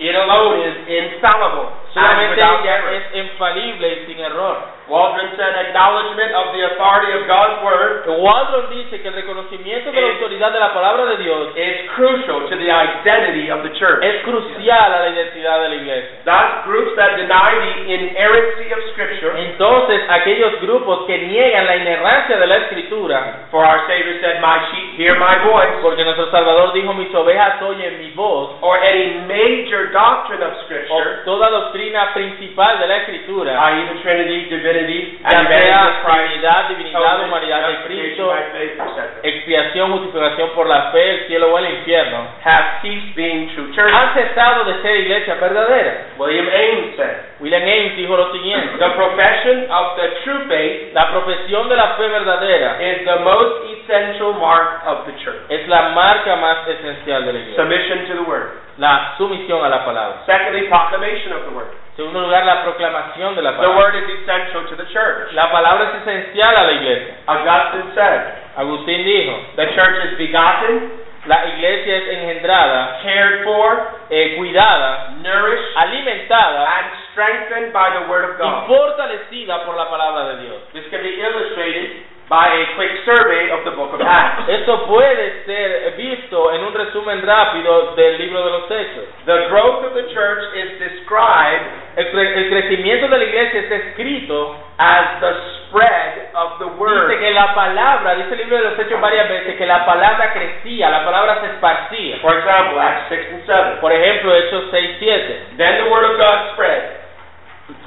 Speaker 1: It alone is infallible and
Speaker 2: Solamente
Speaker 1: without
Speaker 2: ella
Speaker 1: error.
Speaker 2: es infalible y sin error.
Speaker 1: Waldron said, acknowledgement of the authority of God's word
Speaker 2: Waldron dice que el reconocimiento de la autoridad de la palabra de Dios
Speaker 1: is crucial to the identity of the church.
Speaker 2: es crucial a la identidad de la iglesia.
Speaker 1: Thus, groups that deny the inerrancy of Scripture
Speaker 2: Entonces, aquellos grupos que niegan la inerrancia de la escritura,
Speaker 1: For our Savior said, My sheep hear my voice.
Speaker 2: porque nuestro Salvador dijo, mis ovejas oyen mi voz,
Speaker 1: Or any major doctrine of
Speaker 2: o
Speaker 1: Scripture, Oh.
Speaker 2: toda doctrina principal de la escritura,
Speaker 1: i.e., the Trinity, divinity,
Speaker 2: ya
Speaker 1: and
Speaker 2: sea
Speaker 1: humanity of Christ,
Speaker 2: divinidad, divinidad,
Speaker 1: atonement,
Speaker 2: humanidad de
Speaker 1: justification
Speaker 2: Cristo,
Speaker 1: by faith, etc.,
Speaker 2: expiación, justificación por la fe, el cielo o el infierno,
Speaker 1: have ceased being true churches.
Speaker 2: han cesado de ser iglesia verdadera.
Speaker 1: William Ames said,
Speaker 2: William Ames dijo lo siguiente,
Speaker 1: the profession of the true faith
Speaker 2: la profesión de la fe verdadera
Speaker 1: is the most essential mark of the church.
Speaker 2: es la marca más esencial de la iglesia,
Speaker 1: Submission to the word.
Speaker 2: la sumisión a la palabra.
Speaker 1: Secondly, proclamation of the word.
Speaker 2: En segundo lugar, la proclamación de la
Speaker 1: The
Speaker 2: palabra.
Speaker 1: word is essential to the church.
Speaker 2: La palabra es esencial a la iglesia.
Speaker 1: Augustine said,
Speaker 2: Agustín dijo,
Speaker 1: the church is begotten,
Speaker 2: la iglesia es engendrada,
Speaker 1: cared for,
Speaker 2: eh, cuidada,
Speaker 1: nourished,
Speaker 2: alimentada
Speaker 1: and strengthened by the word of
Speaker 2: y
Speaker 1: God.
Speaker 2: fortalecida por la palabra de Dios.
Speaker 1: This can be illustrated by a quick survey of the book of Acts.
Speaker 2: Esto puede ser visto en un resumen rápido del libro de los Hechos.
Speaker 1: The growth of the church is described
Speaker 2: El, cre- el crecimiento de la iglesia está escrito.
Speaker 1: as the spread of the
Speaker 2: Dice
Speaker 1: word.
Speaker 2: que la palabra, dice el libro de los Hechos varias veces, que la palabra crecía, la palabra se esparcía.
Speaker 1: For example, Acts 6 and 7.
Speaker 2: Por ejemplo, Hechos 6, 7.
Speaker 1: Then the word of God spread,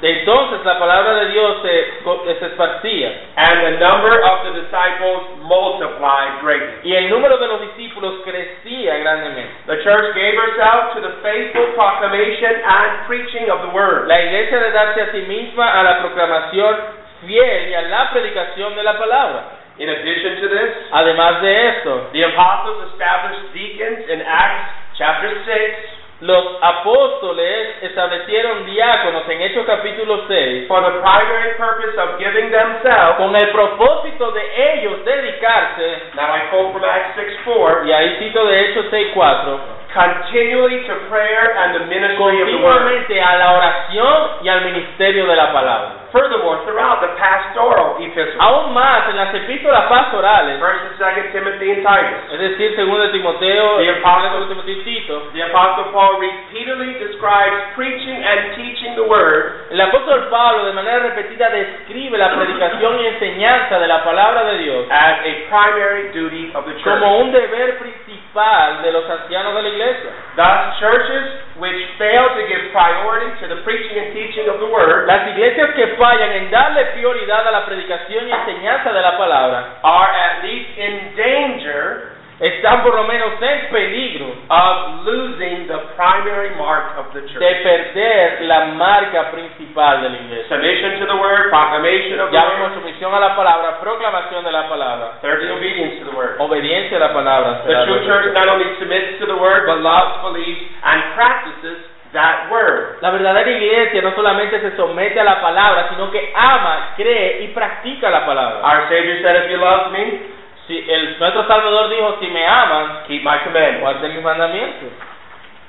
Speaker 2: Entonces la palabra de Dios se, co- se esparcía
Speaker 1: and the number of the disciples multiplied greatly.
Speaker 2: y el número de los discípulos crecía grandemente.
Speaker 1: The church gave herself to the faithful proclamation and preaching of the word.
Speaker 2: La iglesia debe darse a sí misma a la proclamación fiel y a la predicación de la palabra.
Speaker 1: In addition to this,
Speaker 2: Además de esto,
Speaker 1: the apostles established deacons in Acts chapter 6
Speaker 2: los apóstoles establecieron diáconos en Hechos capítulo 6
Speaker 1: for the primary purpose of giving themselves.
Speaker 2: con el propósito de ellos dedicarse,
Speaker 1: Now I quote from Acts 6 4
Speaker 2: y ahí cito de Hechos 6.4,
Speaker 1: continually to prayer and the ministry of the word.
Speaker 2: continuamente a la oración y al ministerio de la palabra.
Speaker 1: Furthermore, throughout the pastoral epistles,
Speaker 2: Aún más en las epístolas pastorales,
Speaker 1: first and second Timothy and Titus,
Speaker 2: es decir, segundo de Timoteo,
Speaker 1: The Apostle.
Speaker 2: segundo de Timoteo y Tito,
Speaker 1: the apostle Paul repeatedly describes preaching and teaching the word
Speaker 2: el apóstol Pablo de manera repetida describe la predicación y enseñanza de la palabra de Dios
Speaker 1: as a primary duty of the church.
Speaker 2: como un deber principal de los ancianos de la iglesia.
Speaker 1: Thus, churches which fail to give priority to the preaching and teaching of the Word
Speaker 2: Las iglesias que fallan en darle prioridad a la predicación y enseñanza de la palabra
Speaker 1: are at least in danger
Speaker 2: están por lo menos en peligro
Speaker 1: of losing the primary mark of the
Speaker 2: de
Speaker 1: church.
Speaker 2: perder la marca principal de la iglesia.
Speaker 1: Submission to the Word, proclamation of the
Speaker 2: Ya vemos
Speaker 1: Word,
Speaker 2: sumisión a la palabra, proclamación de la palabra.
Speaker 1: thirdly, obedience to the Word.
Speaker 2: Obediencia a la palabra.
Speaker 1: The true church not only submits to the Word, but loves, believes, and practices that Word.
Speaker 2: La verdadera iglesia no solamente se somete a la palabra, sino que ama, cree y practica la palabra.
Speaker 1: Our Savior said, If you love me,
Speaker 2: Si Ah, el, nuestro Salvador dijo, si me aman,
Speaker 1: keep my commandments.
Speaker 2: guarden mis mandamientos.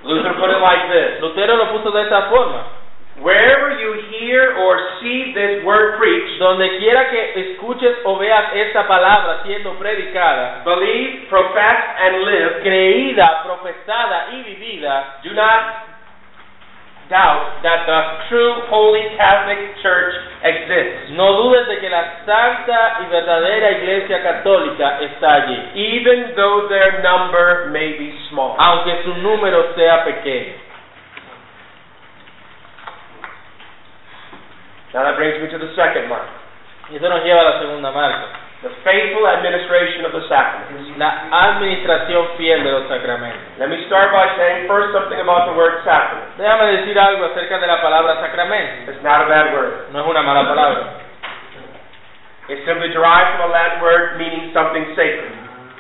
Speaker 1: Luther put it like this
Speaker 2: Lutero lo puso de esta forma.
Speaker 1: Wherever you hear or see this Word preached,
Speaker 2: Donde quiera que escuches o veas esta palabra siendo predicada,
Speaker 1: believe, profess, and live.
Speaker 2: creída, profesada y vivida,
Speaker 1: Do not doubt that the true Holy Catholic Church exists,
Speaker 2: no dudes de que la santa y verdadera iglesia católica está allí,
Speaker 1: even though their number may be small.
Speaker 2: aunque su número sea pequeño.
Speaker 1: Now that brings me to the second mark
Speaker 2: Y eso nos lleva a la segunda marca.
Speaker 1: the faithful administration of the sacraments.
Speaker 2: La administración fiel de los sacramentos.
Speaker 1: Let me start by saying first something about the word sacrament.
Speaker 2: Déjame decir algo acerca de la palabra sacramento.
Speaker 1: It's not a bad word.
Speaker 2: No es una mala palabra.
Speaker 1: It's simply derived from a Latin word meaning something sacred.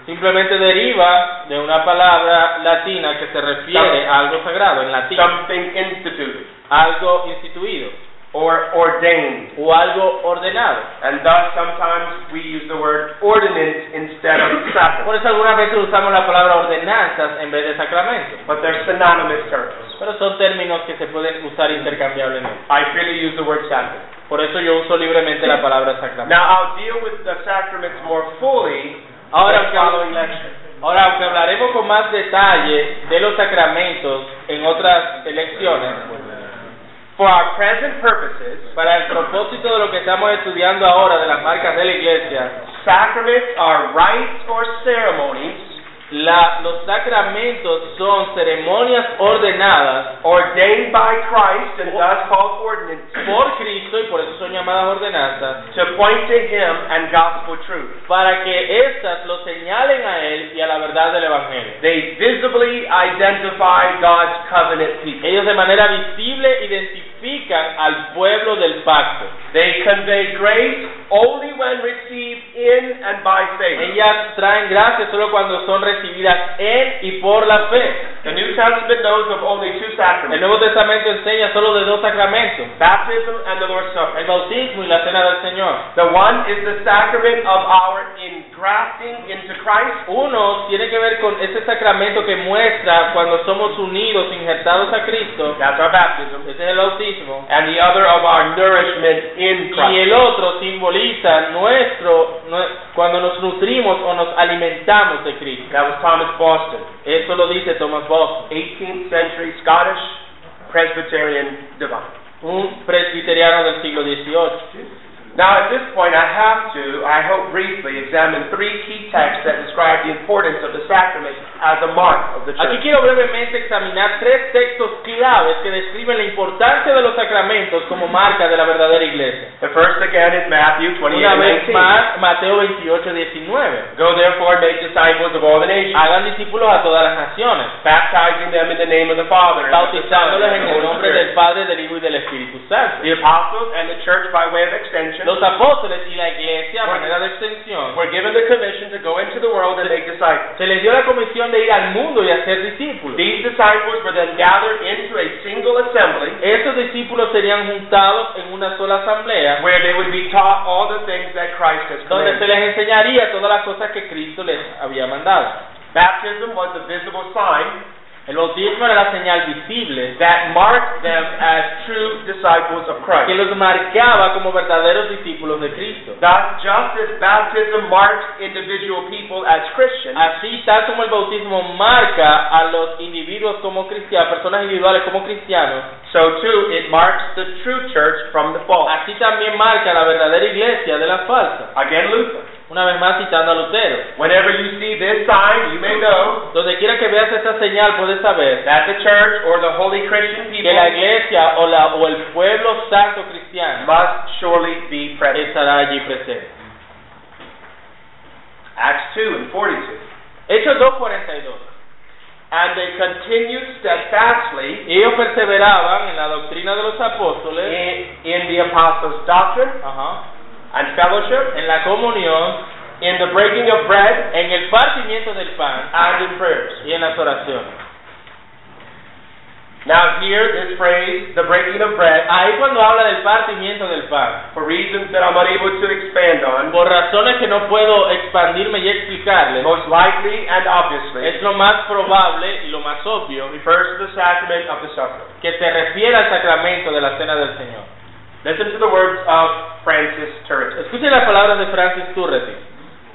Speaker 2: Simplemente deriva de una palabra latina que se refiere a algo sagrado, en latín.
Speaker 1: Something instituted
Speaker 2: Algo instituido
Speaker 1: or ordained.
Speaker 2: o algo ordenado.
Speaker 1: And thus sometimes we use the word ordinance instead of sacrament.
Speaker 2: Por eso algunas veces usamos la palabra ordenanzas en vez de sacramento.
Speaker 1: but they're synonymous terms.
Speaker 2: Pero son términos que se pueden usar intercambiablemente.
Speaker 1: I freely use the word sacrament.
Speaker 2: Por eso yo uso libremente la palabra sacramento.
Speaker 1: Now I'll deal with the sacraments more fully
Speaker 2: Ahora,
Speaker 1: in the
Speaker 2: aunque-
Speaker 1: following lecture.
Speaker 2: Ahora, aunque hablaremos con más detalle de los sacramentos en otras elecciones,
Speaker 1: For our present purposes,
Speaker 2: para el propósito de lo que estamos estudiando ahora de las marcas de la iglesia,
Speaker 1: sacraments are rites or ceremonies
Speaker 2: la- los sacramentos son ceremonias ordenadas
Speaker 1: ordained by Christ and thus called ordinances
Speaker 2: por Cristo y por eso son llamadas ordenanzas
Speaker 1: to point to Him and gospel truth.
Speaker 2: para que éstas lo señalen a Él y a la verdad del Evangelio.
Speaker 1: They visibly identify God's covenant people.
Speaker 2: Ellos de manera visible identifican al pueblo del pacto.
Speaker 1: They convey grace only when received in and by faith.
Speaker 2: Ellas traen gracia solo cuando son recibidas en y por la fe.
Speaker 1: The New Testament knows of only two
Speaker 2: El
Speaker 1: sacraments
Speaker 2: Nuevo Testamento enseña solo de dos sacramentos,
Speaker 1: baptism and the Lord's Supper.
Speaker 2: el bautismo y la cena del Señor.
Speaker 1: The one is the sacrament of our engrafting into Christ.
Speaker 2: Uno tiene que ver con ese sacramento que muestra cuando somos unidos, injertados a Cristo,
Speaker 1: That's our baptism.
Speaker 2: ese es el bautismo,
Speaker 1: And the other of our nourishment in
Speaker 2: y
Speaker 1: Christ.
Speaker 2: el otro simboliza nuestro, nue- cuando nos nutrimos o nos alimentamos de Cristo.
Speaker 1: That was Thomas Boston,
Speaker 2: Eso lo dice Thomas Boston,
Speaker 1: 18th century Scottish Presbyterian divine.
Speaker 2: un presbiteriano del siglo XVIII.
Speaker 1: Now, at this point, I have to, I hope briefly, examine three key texts that describe the importance of the sacrament as a mark of the
Speaker 2: Aquí
Speaker 1: church.
Speaker 2: quiero brevemente examinar tres textos claves que describen la importancia de los sacramentos como marca de la verdadera iglesia.
Speaker 1: The first, again, is Matthew 28
Speaker 2: Una vez
Speaker 1: and 19.
Speaker 2: más, Mateo 28, 19.
Speaker 1: Go therefore and make disciples of all the nations,
Speaker 2: Hagan discípulos a todas las naciones,
Speaker 1: baptizing them in the name of the Father, and of the Son,
Speaker 2: bautizándolos en
Speaker 1: and of the
Speaker 2: el
Speaker 1: Holy
Speaker 2: nombre del
Speaker 1: Spirit.
Speaker 2: Padre, del Hijo y del Espíritu Santo.
Speaker 1: The apostles and the church, by way of extension,
Speaker 2: Los apóstoles y la iglesia, a manera de extensión,
Speaker 1: were given the commission to go into the world and make disciples.
Speaker 2: se les dio la comisión de ir al mundo y hacer discípulos.
Speaker 1: These disciples were then gathered into a single assembly
Speaker 2: Estos discípulos serían juntados en una sola asamblea
Speaker 1: where they would be taught all the things that Christ has
Speaker 2: donde se
Speaker 1: commanded.
Speaker 2: les enseñaría todas las cosas que Cristo les había mandado.
Speaker 1: Baptism was a visible sign
Speaker 2: El bautismo era la señal visible
Speaker 1: that marked them as true disciples of
Speaker 2: que
Speaker 1: Christ.
Speaker 2: los marcaba como verdaderos discípulos de Cristo.
Speaker 1: Thus, just as baptism marks individual people as Christians,
Speaker 2: Así tal como el bautismo marca a los individuos como cristianos, personas individuales como cristianos,
Speaker 1: so too it marks the true church from the false.
Speaker 2: así también marca la verdadera iglesia de la falsa.
Speaker 1: Again, Luther.
Speaker 2: Una vez más citando a Lutero.
Speaker 1: Whenever you see this sign, you may know
Speaker 2: Donde quiera que veas esta señal puedes saber
Speaker 1: that the church or the holy Christian
Speaker 2: que
Speaker 1: people
Speaker 2: la iglesia o, la, o el pueblo santo cristiano
Speaker 1: must surely be present.
Speaker 2: estará allí presente.
Speaker 1: Acts 2 and 42.
Speaker 2: Hechos 2.42.
Speaker 1: And they continued steadfastly
Speaker 2: Y ellos perseveraban en la doctrina de los apóstoles,
Speaker 1: in, in the apostles' doctrine
Speaker 2: ajá,
Speaker 1: and fellowship,
Speaker 2: en la comunión,
Speaker 1: in the breaking of bread,
Speaker 2: en el partimiento del pan
Speaker 1: and in prayers.
Speaker 2: y en las oraciones.
Speaker 1: Now, here, this phrase, the breaking of bread,
Speaker 2: Ahí cuando habla del partimiento del pan,
Speaker 1: for reasons that I'm unable to expand on,
Speaker 2: por razones que no puedo expandirme y explicarles,
Speaker 1: most likely and
Speaker 2: es
Speaker 1: obviously
Speaker 2: lo más probable y lo más obvio
Speaker 1: refers to the sacrament of the supper.
Speaker 2: que se refiere al sacramento de la cena del Señor.
Speaker 1: Listen to the words of Francis Turretin.
Speaker 2: Escuchen las palabras de Francis Turretin.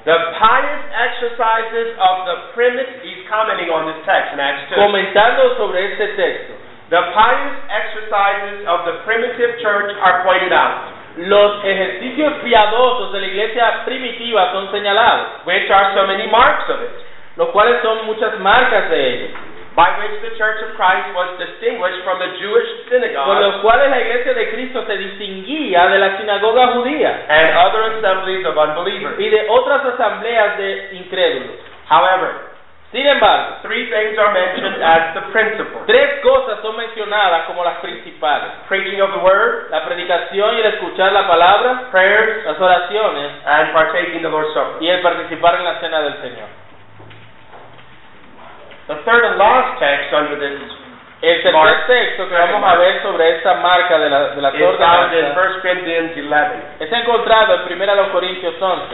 Speaker 1: The pious exercises of the primitive, he's commenting on this text in Acts 2.
Speaker 2: Comentando sobre este texto,
Speaker 1: The pious exercises of the primitive church are pointed out,
Speaker 2: los ejercicios piadosos de la iglesia primitiva son señalados,
Speaker 1: which are so many marks of it,
Speaker 2: los cuales son muchas marcas de ellos,
Speaker 1: by which the Church of Christ was distinguished from the Jewish
Speaker 2: con los
Speaker 1: synagogue
Speaker 2: cuales la iglesia de Cristo se distinguía de la sinagoga judía
Speaker 1: and other assemblies of unbelievers.
Speaker 2: y de otras asambleas de incrédulos.
Speaker 1: However,
Speaker 2: Sin embargo,
Speaker 1: three things are mentioned as the principal
Speaker 2: tres cosas son mencionadas como las principales.
Speaker 1: preaching of the word,
Speaker 2: La predicación y el escuchar la palabra,
Speaker 1: prayers,
Speaker 2: las oraciones
Speaker 1: and partaking the Lord's Supper.
Speaker 2: y el participar en la cena del Señor.
Speaker 1: The third and last text under this
Speaker 2: El tercer
Speaker 1: Mark.
Speaker 2: texto que vamos a ver sobre esta marca de la, de la
Speaker 1: is found in
Speaker 2: ordenanza
Speaker 1: 1 Corinthians 11.
Speaker 2: está encontrado en 1 Corintios 11.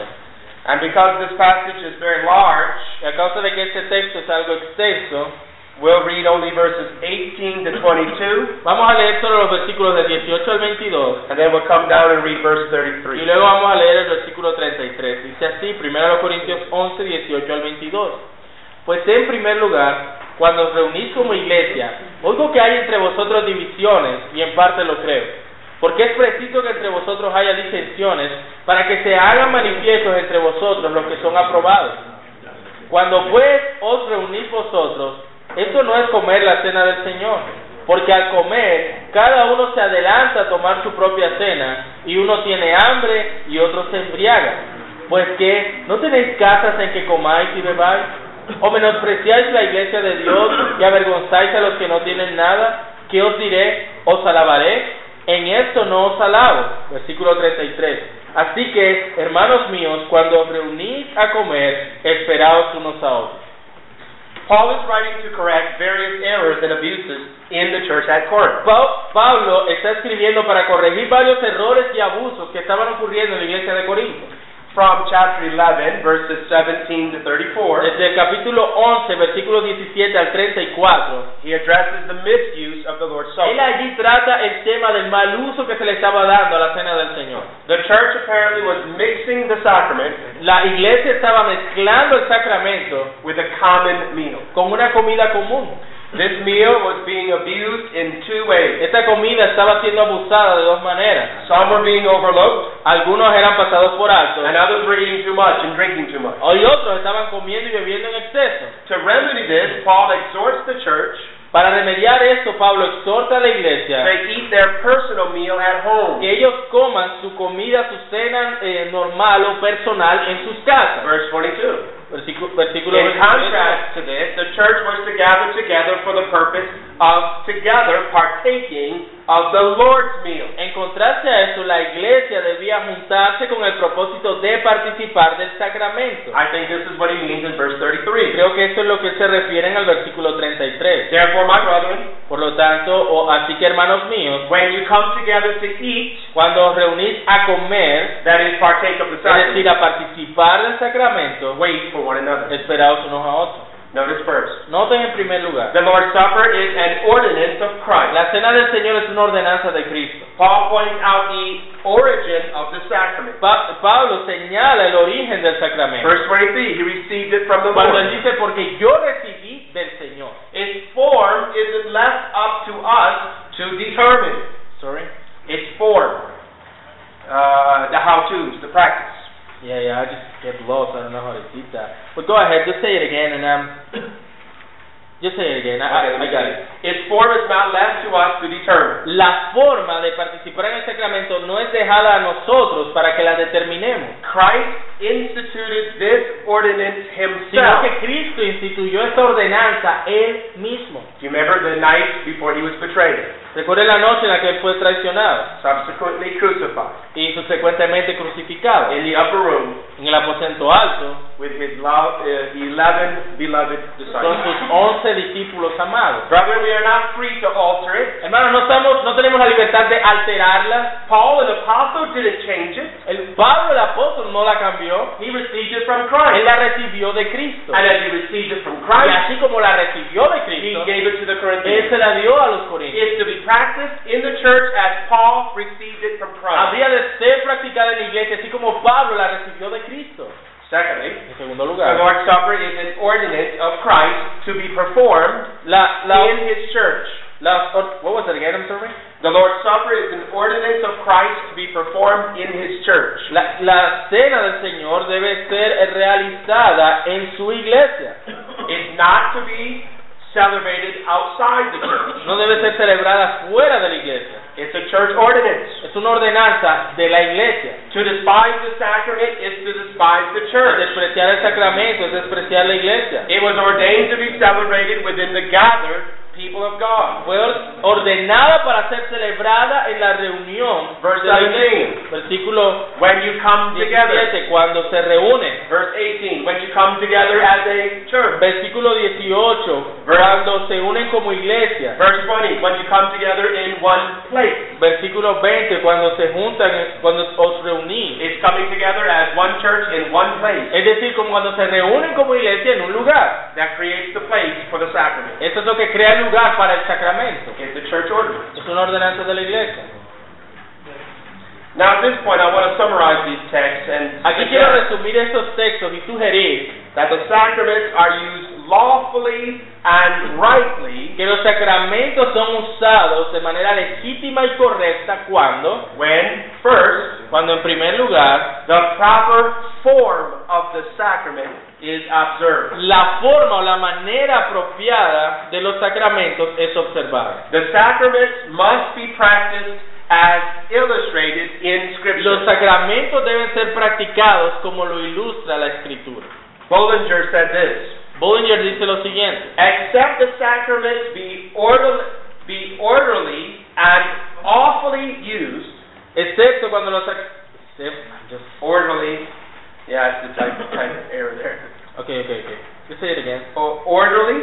Speaker 1: And because this passage is very large,
Speaker 2: Y a causa de que este texto es algo extenso,
Speaker 1: we'll read only verses 18 to 22.
Speaker 2: vamos a leer solo los versículos del 18 al 22
Speaker 1: And then we'll come down and read verse
Speaker 2: Y
Speaker 1: 33.
Speaker 2: luego vamos a leer el versículo 33. Dice así, 1 Corintios 11, 18 al 22. Pues en primer lugar, cuando os reunís como iglesia, oigo que hay entre vosotros divisiones, y en parte lo creo. Porque es preciso que entre vosotros haya disensiones para que se hagan manifiestos entre vosotros los que son aprobados. Cuando pues os reunís vosotros, esto no es comer la cena del Señor, porque al comer cada uno se adelanta a tomar su propia cena, y uno tiene hambre y otro se embriaga. Pues que no tenéis casas en que comáis y bebáis, o menospreciáis la iglesia de Dios y avergonzáis a los que no tienen nada, ¿qué os diré? ¿Os alabaré? En esto no os alabo. Versículo 33. Así que, hermanos míos, cuando os reunís a comer, esperaos unos a otros.
Speaker 1: Paul is writing to correct various errors and abuses in the church at Corinth.
Speaker 2: Pa- Pablo está escribiendo para corregir varios errores y abusos que estaban ocurriendo en la iglesia de Corinto.
Speaker 1: From chapter 11, verses 17 to 34,
Speaker 2: Desde el capítulo 11, versículos 17 al 34,
Speaker 1: he addresses the misuse of the Lord's
Speaker 2: él
Speaker 1: Supper.
Speaker 2: allí trata el tema del mal uso que se le estaba dando a la cena del Señor.
Speaker 1: The church apparently was mixing the sacrament
Speaker 2: La iglesia estaba mezclando el sacramento
Speaker 1: with a common meal.
Speaker 2: con una comida común.
Speaker 1: This meal was being abused in two ways.
Speaker 2: Esta comida estaba siendo abusada de dos maneras.
Speaker 1: Some were being overlooked,
Speaker 2: Algunos eran pasados por alto
Speaker 1: and others were eating too much and drinking too much.
Speaker 2: y otros estaban comiendo y bebiendo en exceso.
Speaker 1: To remedy this, Paul exhorts the church
Speaker 2: Para remediar esto, Pablo exhorta a la iglesia
Speaker 1: they eat their personal meal at home.
Speaker 2: que ellos coman su comida, su cena eh, normal o personal en sus casas.
Speaker 1: Verse 22.
Speaker 2: Versículo, versículo
Speaker 1: In
Speaker 2: 23.
Speaker 1: contrast to this, the church was to gather together for the purpose of together partaking of the Lord's meal.
Speaker 2: En contraste a eso, la iglesia debía juntarse con el propósito de participar del sacramento.
Speaker 1: I think this is what he means in verse 33.
Speaker 2: Creo que eso es lo que se refiere en el versículo 33.
Speaker 1: Therefore, my brethren,
Speaker 2: Por lo tanto, o- así que hermanos míos,
Speaker 1: when you come together to eat,
Speaker 2: cuando os reunís a comer,
Speaker 1: that is, partake of the
Speaker 2: es decir,
Speaker 1: sacrament,
Speaker 2: a participar del sacramento,
Speaker 1: wait for one another.
Speaker 2: esperaos unos a otros.
Speaker 1: Notice first,
Speaker 2: Noten en primer lugar,
Speaker 1: the Lord's Supper is an ordinance of Christ.
Speaker 2: la cena del Señor es una ordenanza de Cristo.
Speaker 1: Paul points out the origin of the sacrament.
Speaker 2: Pa- Pablo señala el origen del sacramento.
Speaker 1: Verse 23, he received it from the
Speaker 2: Cuando
Speaker 1: Lord.
Speaker 2: él dice, porque yo recibí del Señor.
Speaker 1: Its form isn't left up to us to determine.
Speaker 2: Sorry.
Speaker 1: Its form, uh, the how-tos, the practice.
Speaker 2: Yeah, yeah, I just get lost. I don't know how to keep that. But go ahead, just say it again, and um, just say it again. I,
Speaker 1: Okay, let
Speaker 2: I, I
Speaker 1: me
Speaker 2: got
Speaker 1: see.
Speaker 2: it.
Speaker 1: Its form is not left to us to determine.
Speaker 2: La forma de participar en el sacramento no es dejada a nosotros para que la determinemos,
Speaker 1: Christ instituted this ordinance
Speaker 2: sino
Speaker 1: himself.
Speaker 2: que Cristo instituyó esta ordenanza él mismo.
Speaker 1: Do you remember the night before he was betrayed,
Speaker 2: Recuerden la noche en la que él fue traicionado
Speaker 1: subsequently crucified,
Speaker 2: y subsecuentemente crucificado
Speaker 1: in the upper room
Speaker 2: en el aposento alto
Speaker 1: with his love, uh, 11 beloved
Speaker 2: con
Speaker 1: disciples.
Speaker 2: sus once discípulos amados.
Speaker 1: Brother, we are not free to alter it.
Speaker 2: Hermanos, no estamos, no tenemos la libertad de alterarla.
Speaker 1: Paul, an apostle, didn't change it.
Speaker 2: El Pablo el apóstol no la cambió.
Speaker 1: He received it from
Speaker 2: Él
Speaker 1: Christ.
Speaker 2: la recibió de Cristo.
Speaker 1: And as he received it from
Speaker 2: Y
Speaker 1: Christ,
Speaker 2: así como la recibió de
Speaker 1: he
Speaker 2: Cristo,
Speaker 1: gave it to the
Speaker 2: Él
Speaker 1: Corinthians.
Speaker 2: se la dio a los corintios.
Speaker 1: It's to be practiced in the church as Paul received it from Christ.
Speaker 2: Habría de ser practicada en la iglesia, así como Pablo la recibió de Cristo.
Speaker 1: Secondly,
Speaker 2: En segundo
Speaker 1: the
Speaker 2: lugar,
Speaker 1: Lord's Supper is an ordinance of Christ to be performed
Speaker 2: la, la,
Speaker 1: in his church.
Speaker 2: la- or- what was it again, I'm sorry?
Speaker 1: The Lord's Supper is an ordinance of Christ to be performed in his church.
Speaker 2: La, la cena del Señor debe ser realizada en su iglesia.
Speaker 1: It's not to be celebrated outside the church.
Speaker 2: No debe ser celebrada fuera de la iglesia.
Speaker 1: It's a church ordinance.
Speaker 2: Es una ordenanza de la iglesia.
Speaker 1: To despise the sacrament is to despise the church.
Speaker 2: Despreciar el sacramento es despreciar la iglesia.
Speaker 1: It was ordained to be celebrated within the gathered people of God.
Speaker 2: fue or- ordenada para ser celebrada en la reunión.
Speaker 1: Verse
Speaker 2: de la iglesia.
Speaker 1: 17.
Speaker 2: Versículo
Speaker 1: When you come together,
Speaker 2: 17, cuando se reúnen.
Speaker 1: verse 18, when you come together as a church,
Speaker 2: Versículo 18,
Speaker 1: Verse-
Speaker 2: cuando se unen como iglesia.
Speaker 1: verse 20, when you come together in one place,
Speaker 2: Versículo 20, cuando se juntan, cuando os reunís.
Speaker 1: it's coming together as one church in one place.
Speaker 2: Es decir, como cuando se reúnen como iglesia en un lugar.
Speaker 1: That creates the place for the sacrament.
Speaker 2: Esto es lo que crea el lugar para el sacramento.
Speaker 1: It's the church ordinance.
Speaker 2: Es una ordenanza de la iglesia.
Speaker 1: Now, at this point, I want to summarize these texts and
Speaker 2: Aquí quiero
Speaker 1: suggest
Speaker 2: resumir estos textos y sugerir
Speaker 1: that the sacraments are used lawfully and rightly
Speaker 2: que los sacramentos son usados de manera legítima y correcta cuando
Speaker 1: when, first,
Speaker 2: Cuando en primer lugar
Speaker 1: The proper form of the sacrament
Speaker 3: is observed.
Speaker 2: La forma o la manera apropiada de los sacramentos es observada.
Speaker 1: The sacraments must be practiced as illustrated in
Speaker 2: Los
Speaker 1: Scripture.
Speaker 2: sacramentos deben ser practicados como lo ilustra la Escritura.
Speaker 1: Bollinger said this.
Speaker 2: Bollinger dice lo siguiente.
Speaker 1: Except the sacraments be orderly, be orderly and awfully used,
Speaker 2: Excepto cuando los sac- excep-
Speaker 1: orderly, yeah, it's the type, type of error there,
Speaker 2: Okay, okay, okay. Let's say it again.
Speaker 1: O- orderly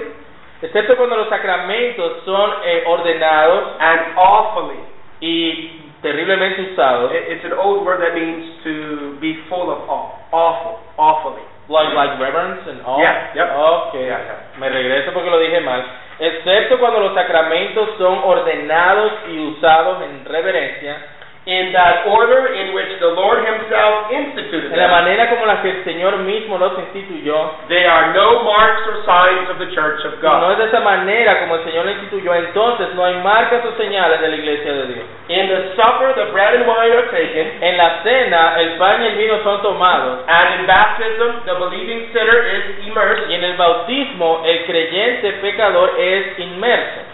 Speaker 2: Excepto cuando los sacramentos son eh, ordenados
Speaker 1: and awfully.
Speaker 2: y terriblemente usados,
Speaker 1: It- It's an old word that means to be full of awe, awful, awfully.
Speaker 2: like, like reverence and all.
Speaker 1: Yeah, yep.
Speaker 2: Okay.
Speaker 1: Yeah, yeah.
Speaker 2: Me regreso porque lo dije mal. Excepto cuando los sacramentos son ordenados y usados en reverencia,
Speaker 1: In that order in which the Lord Himself instituted
Speaker 2: en la
Speaker 1: them,
Speaker 2: manera como la que el Señor mismo los instituyó,
Speaker 1: they are no marks or signs of the Church of
Speaker 2: Si no
Speaker 1: God.
Speaker 2: es de esa manera como el Señor lo instituyó, entonces no hay marcas o señales de la iglesia de Dios.
Speaker 1: In the supper, the bread and wine are taken,
Speaker 2: En la cena, el pan y el vino son tomados,
Speaker 1: And in baptism, the believing sinner is immersed.
Speaker 2: y en el bautismo, el creyente pecador es inmerso.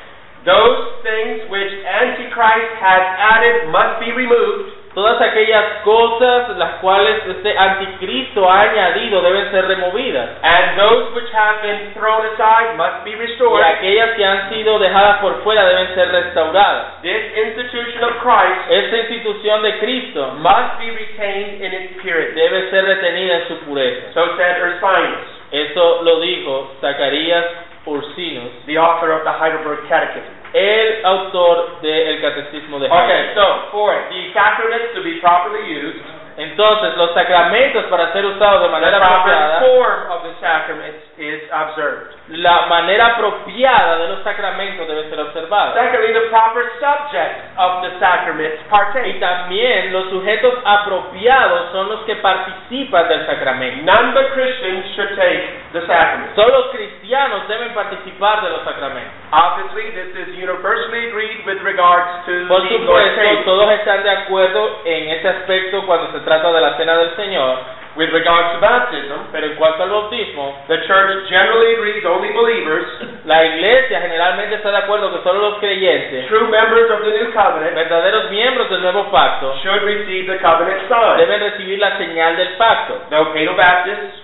Speaker 1: Those things which Antichrist has added must be removed,
Speaker 2: Todas aquellas cosas las cuales este anticristo ha añadido deben ser removidas,
Speaker 1: and those which have been thrown aside must be
Speaker 2: y
Speaker 1: restored.
Speaker 2: aquellas que han sido dejadas por fuera deben ser restauradas.
Speaker 1: This institution of Christ
Speaker 2: Esta institución de Cristo
Speaker 1: must be retained in its purity.
Speaker 2: debe ser retenida en su pureza.
Speaker 1: So said Ursinus,
Speaker 2: Eso lo dijo Zacarías Ursinus
Speaker 1: the author of the Heidelberg Catechism.
Speaker 2: el autor del Catecismo de
Speaker 1: Okay,
Speaker 2: Jaime.
Speaker 1: so for the sacraments to be properly used,
Speaker 2: Entonces, los sacramentos para ser usados de
Speaker 1: the
Speaker 2: manera
Speaker 1: proper
Speaker 2: apropiada,
Speaker 1: form of the sacraments is observed.
Speaker 2: la manera apropiada de los sacramentos debe ser observada.
Speaker 1: Secondly, the proper subjects of the sacraments
Speaker 2: Y
Speaker 1: partake.
Speaker 2: también los sujetos apropiados son los que participan del sacramento.
Speaker 1: None but Christians should take the sacrament.
Speaker 2: Solo los cristianos deben participar de los sacramentos.
Speaker 1: Obviously, this is universally agreed with regards to
Speaker 2: Por
Speaker 1: the Lord's
Speaker 2: supuesto,
Speaker 1: table.
Speaker 2: todos están de acuerdo en ese aspecto cuando se trata de la cena del Señor,
Speaker 1: With regards to baptism,
Speaker 2: pero en cuanto al bautismo,
Speaker 1: the church generally agrees only believers,
Speaker 2: la iglesia generalmente está de acuerdo que solo los creyentes
Speaker 1: true members of the new covenant,
Speaker 2: verdaderos miembros del nuevo pacto
Speaker 1: should receive the covenant sign.
Speaker 2: deben recibir la señal del pacto,
Speaker 1: Though Baptists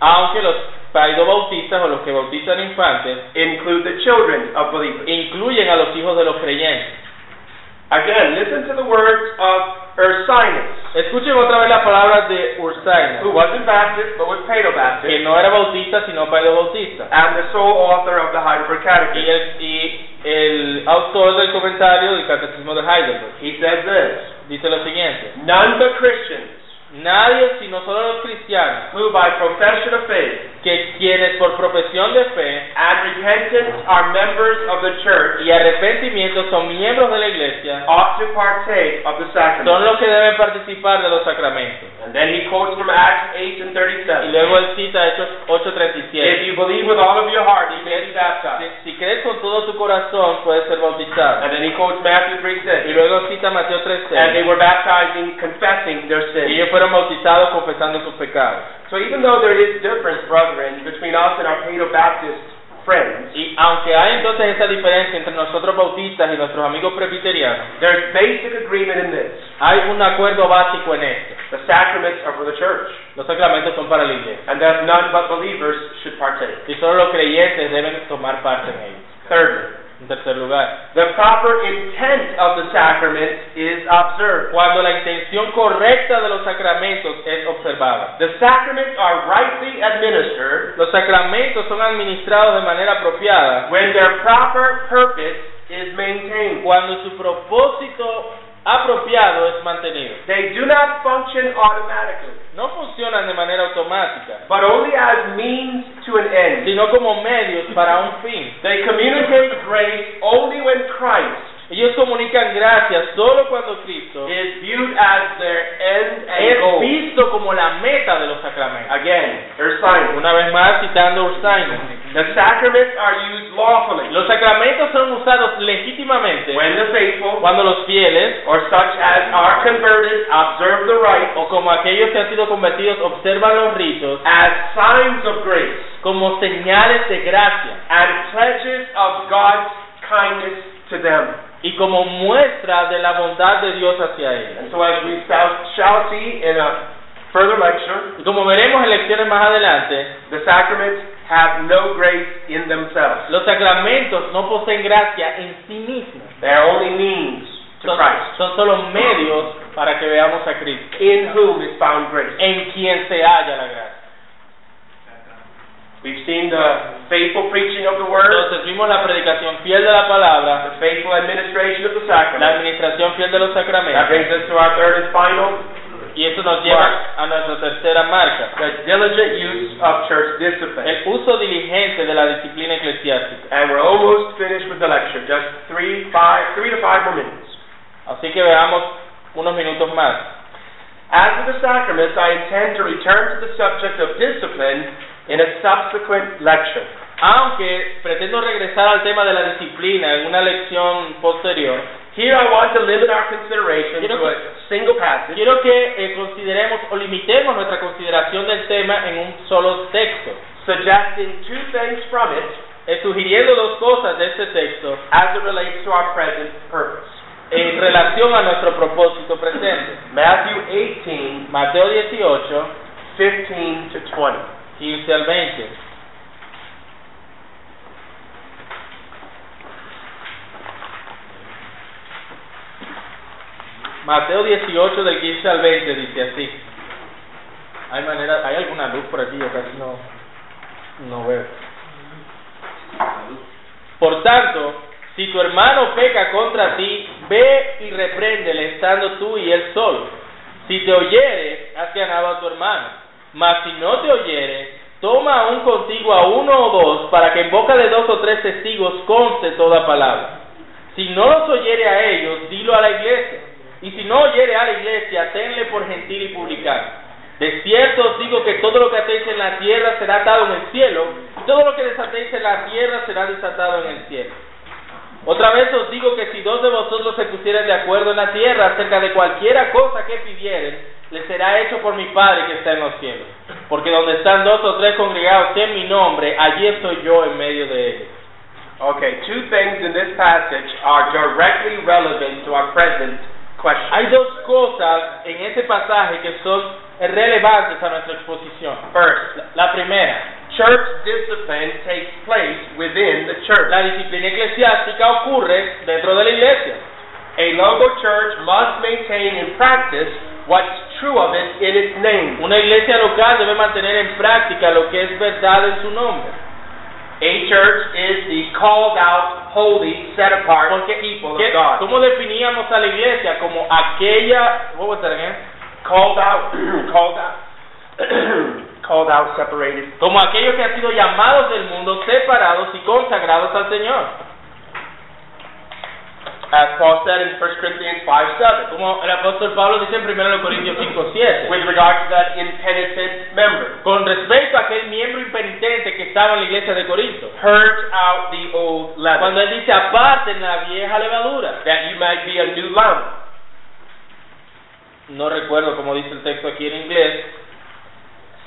Speaker 2: aunque los bautistas o los que bautizan infantes
Speaker 1: include the children of believers.
Speaker 2: incluyen a los hijos de los creyentes.
Speaker 1: Again, listen to the words of Ursinus,
Speaker 2: Escuchen otra vez las palabras de
Speaker 1: who
Speaker 2: Ursaina,
Speaker 1: wasn't Baptist but was
Speaker 2: que
Speaker 1: Baptist,
Speaker 2: no era bautista sino bautista
Speaker 1: and the sole author of the Heidelberg
Speaker 2: y
Speaker 1: Catechism.
Speaker 2: el, y el autor del comentario del Catecismo de Heidelberg.
Speaker 1: He says this.
Speaker 2: Dice lo siguiente,
Speaker 1: None but Christians
Speaker 2: nadie sino solo los cristianos,
Speaker 1: who by profession of faith
Speaker 2: que quienes por profesión de fe
Speaker 1: and repentance are members of the church
Speaker 2: y arrepentimiento son miembros de la iglesia,
Speaker 1: ought to partake of the
Speaker 2: son
Speaker 1: sacrament.
Speaker 2: los que deben participar de los sacramentos.
Speaker 1: And then he quotes from Acts 8 and
Speaker 2: Y
Speaker 1: 37.
Speaker 2: luego él cita Hechos
Speaker 1: If
Speaker 2: 8:37.
Speaker 1: you believe with all of your heart, you may be baptized.
Speaker 2: Si, si crees con todo tu corazón, puedes
Speaker 1: And
Speaker 2: ser bautizado.
Speaker 1: then he quotes Matthew 3
Speaker 2: Y
Speaker 1: 6.
Speaker 2: luego cita Mateo
Speaker 1: And they
Speaker 2: 3:6.
Speaker 1: were baptized in confessing their
Speaker 2: Y
Speaker 1: sins.
Speaker 2: ellos fueron bautizados confesando sus pecados.
Speaker 1: So even though there is difference, brethren, between us and our Baptist friends,
Speaker 2: Y aunque hay entonces esa diferencia entre nosotros bautistas y nuestros amigos presbiterianos,
Speaker 1: there's basic agreement in this.
Speaker 2: hay un acuerdo básico en esto.
Speaker 1: The sacraments are for the church,
Speaker 2: Los sacramentos son para la iglesia.
Speaker 1: and that none but believers should partake.
Speaker 2: Y solo los creyentes deben tomar parte en ellos.
Speaker 1: Thirdly,
Speaker 2: En tercer lugar,
Speaker 1: the proper intent of the sacrament is observed.
Speaker 2: cuando la intención correcta de los sacramentos es observada.
Speaker 1: The sacraments are rightly administered
Speaker 2: Los sacramentos son administrados de manera apropiada
Speaker 1: when their proper purpose is maintained.
Speaker 2: cuando su propósito apropiado es mantenido.
Speaker 1: They do not function automatically,
Speaker 2: No funcionan de manera automática,
Speaker 1: but only as means to an end.
Speaker 2: sino como medios para un fin.
Speaker 1: They communicate grace only when Christ
Speaker 2: Ellos comunican gracia solo cuando Cristo
Speaker 1: is viewed as their end and
Speaker 2: es
Speaker 1: goal.
Speaker 2: visto como la meta de los sacramentos.
Speaker 1: Again, Erskine.
Speaker 2: Una vez más citando Ursaino.
Speaker 1: The sacraments are used lawfully
Speaker 2: Los sacramentos son usados legítimamente
Speaker 1: when the faithful
Speaker 2: cuando los fieles
Speaker 1: or such as are converted observe the rite
Speaker 2: o como aquellos que han sido convertidos observan los ritos
Speaker 1: as signs of grace
Speaker 2: como señales de gracia
Speaker 1: and pledges of God's kindness to them.
Speaker 2: y como muestra de la bondad de Dios hacia ellos.
Speaker 1: And so, as we shall shall see in a further lecture,
Speaker 2: Y como veremos en lecciones más adelante,
Speaker 1: the sacraments have no grace in themselves.
Speaker 2: los sacramentos no poseen gracia en sí mismos.
Speaker 1: They are only means to
Speaker 2: Son,
Speaker 1: Christ,
Speaker 2: son solo medios para que veamos a Cristo,
Speaker 1: in whom is found grace.
Speaker 2: en quien se halla la gracia.
Speaker 1: We've seen the faithful preaching of the word,
Speaker 2: Entonces vimos la predicación fiel de la palabra,
Speaker 1: the faithful administration of the
Speaker 2: la
Speaker 1: sacrament.
Speaker 2: administración fiel de los
Speaker 1: That
Speaker 2: sacramentos,
Speaker 1: brings us to our third and final,
Speaker 2: y eso nos lleva a nuestra tercera marca,
Speaker 1: the diligent use of church discipline.
Speaker 2: el uso diligente de la disciplina eclesiástica.
Speaker 1: And we're almost finished with the lecture. Just three, five, three to five more minutes.
Speaker 2: Así que veamos unos minutos más.
Speaker 1: As for the sacraments, I intend to return to the subject of discipline in a subsequent lecture.
Speaker 2: Aunque pretendo regresar al tema de la disciplina en una lección posterior,
Speaker 1: Here I want to limit our consideration to a single passage,
Speaker 2: quiero que eh, consideremos o limitemos nuestra consideración del tema en un solo texto,
Speaker 1: suggesting two things from it
Speaker 2: eh, sugiriendo dos cosas de este texto
Speaker 1: as it relates to our present purpose.
Speaker 2: en relación a nuestro propósito presente.
Speaker 1: Matthew 18,
Speaker 2: Mateo 18,
Speaker 1: 15 to 20.
Speaker 2: 15 al 20. Mateo 18 del 15 al 20 dice así. Hay manera, hay alguna luz por aquí, yo casi no, no veo. Por tanto, si tu hermano peca contra ti, ve y repréndele estando tú y él solo. Si te oyere, has ganado a tu hermano. Mas si no te oyere, toma aún contigo a uno o dos para que en boca de dos o tres testigos conste toda palabra. Si no los oyere a ellos, dilo a la iglesia. Y si no oyere a la iglesia, tenle por gentil y publicano. De cierto os digo que todo lo que atéis en la tierra será atado en el cielo, y todo lo que desatéis en la tierra será desatado en el cielo. Otra vez os digo que si dos de vosotros se pusieren de acuerdo en la tierra acerca de cualquiera cosa que pidieren, les será hecho por mi Padre que está en los cielos. Porque donde están dos o tres congregados en mi nombre, allí estoy yo en medio de ellos.
Speaker 1: Okay, two things in this passage are directly relevant to our present
Speaker 2: Hay
Speaker 1: question.
Speaker 2: dos cosas en este pasaje que son relevantes a nuestra exposición.
Speaker 1: First,
Speaker 2: La primera,
Speaker 1: church discipline takes place within the church.
Speaker 2: la disciplina eclesiástica ocurre dentro de la iglesia.
Speaker 1: A local church must maintain in practice what's true of it in its name.
Speaker 2: Una iglesia local debe mantener en práctica lo que es verdad en su nombre.
Speaker 1: A church is the called out, holy, set apart
Speaker 2: Porque,
Speaker 1: people of
Speaker 2: ¿qué-
Speaker 1: God.
Speaker 2: ¿Cómo definíamos a la iglesia? Como aquella... what was that again?
Speaker 1: Called out, called out, called out, separated.
Speaker 2: Como aquellos que han sido llamados del mundo, separados y consagrados al Señor.
Speaker 1: As Paul said in 1 Corinthians 5 7,
Speaker 2: Como el apóstol Pablo dice en 1 Corintios 5, 7.
Speaker 1: with regard to that impenitent member.
Speaker 2: Con respecto a aquel miembro impenitente que estaba en la iglesia de Corinto,
Speaker 1: Purge out the old
Speaker 2: cuando
Speaker 1: leaven,
Speaker 2: él dice aparten la vieja levadura,
Speaker 1: that you might be a new lump.
Speaker 2: no recuerdo cómo dice el texto aquí en inglés,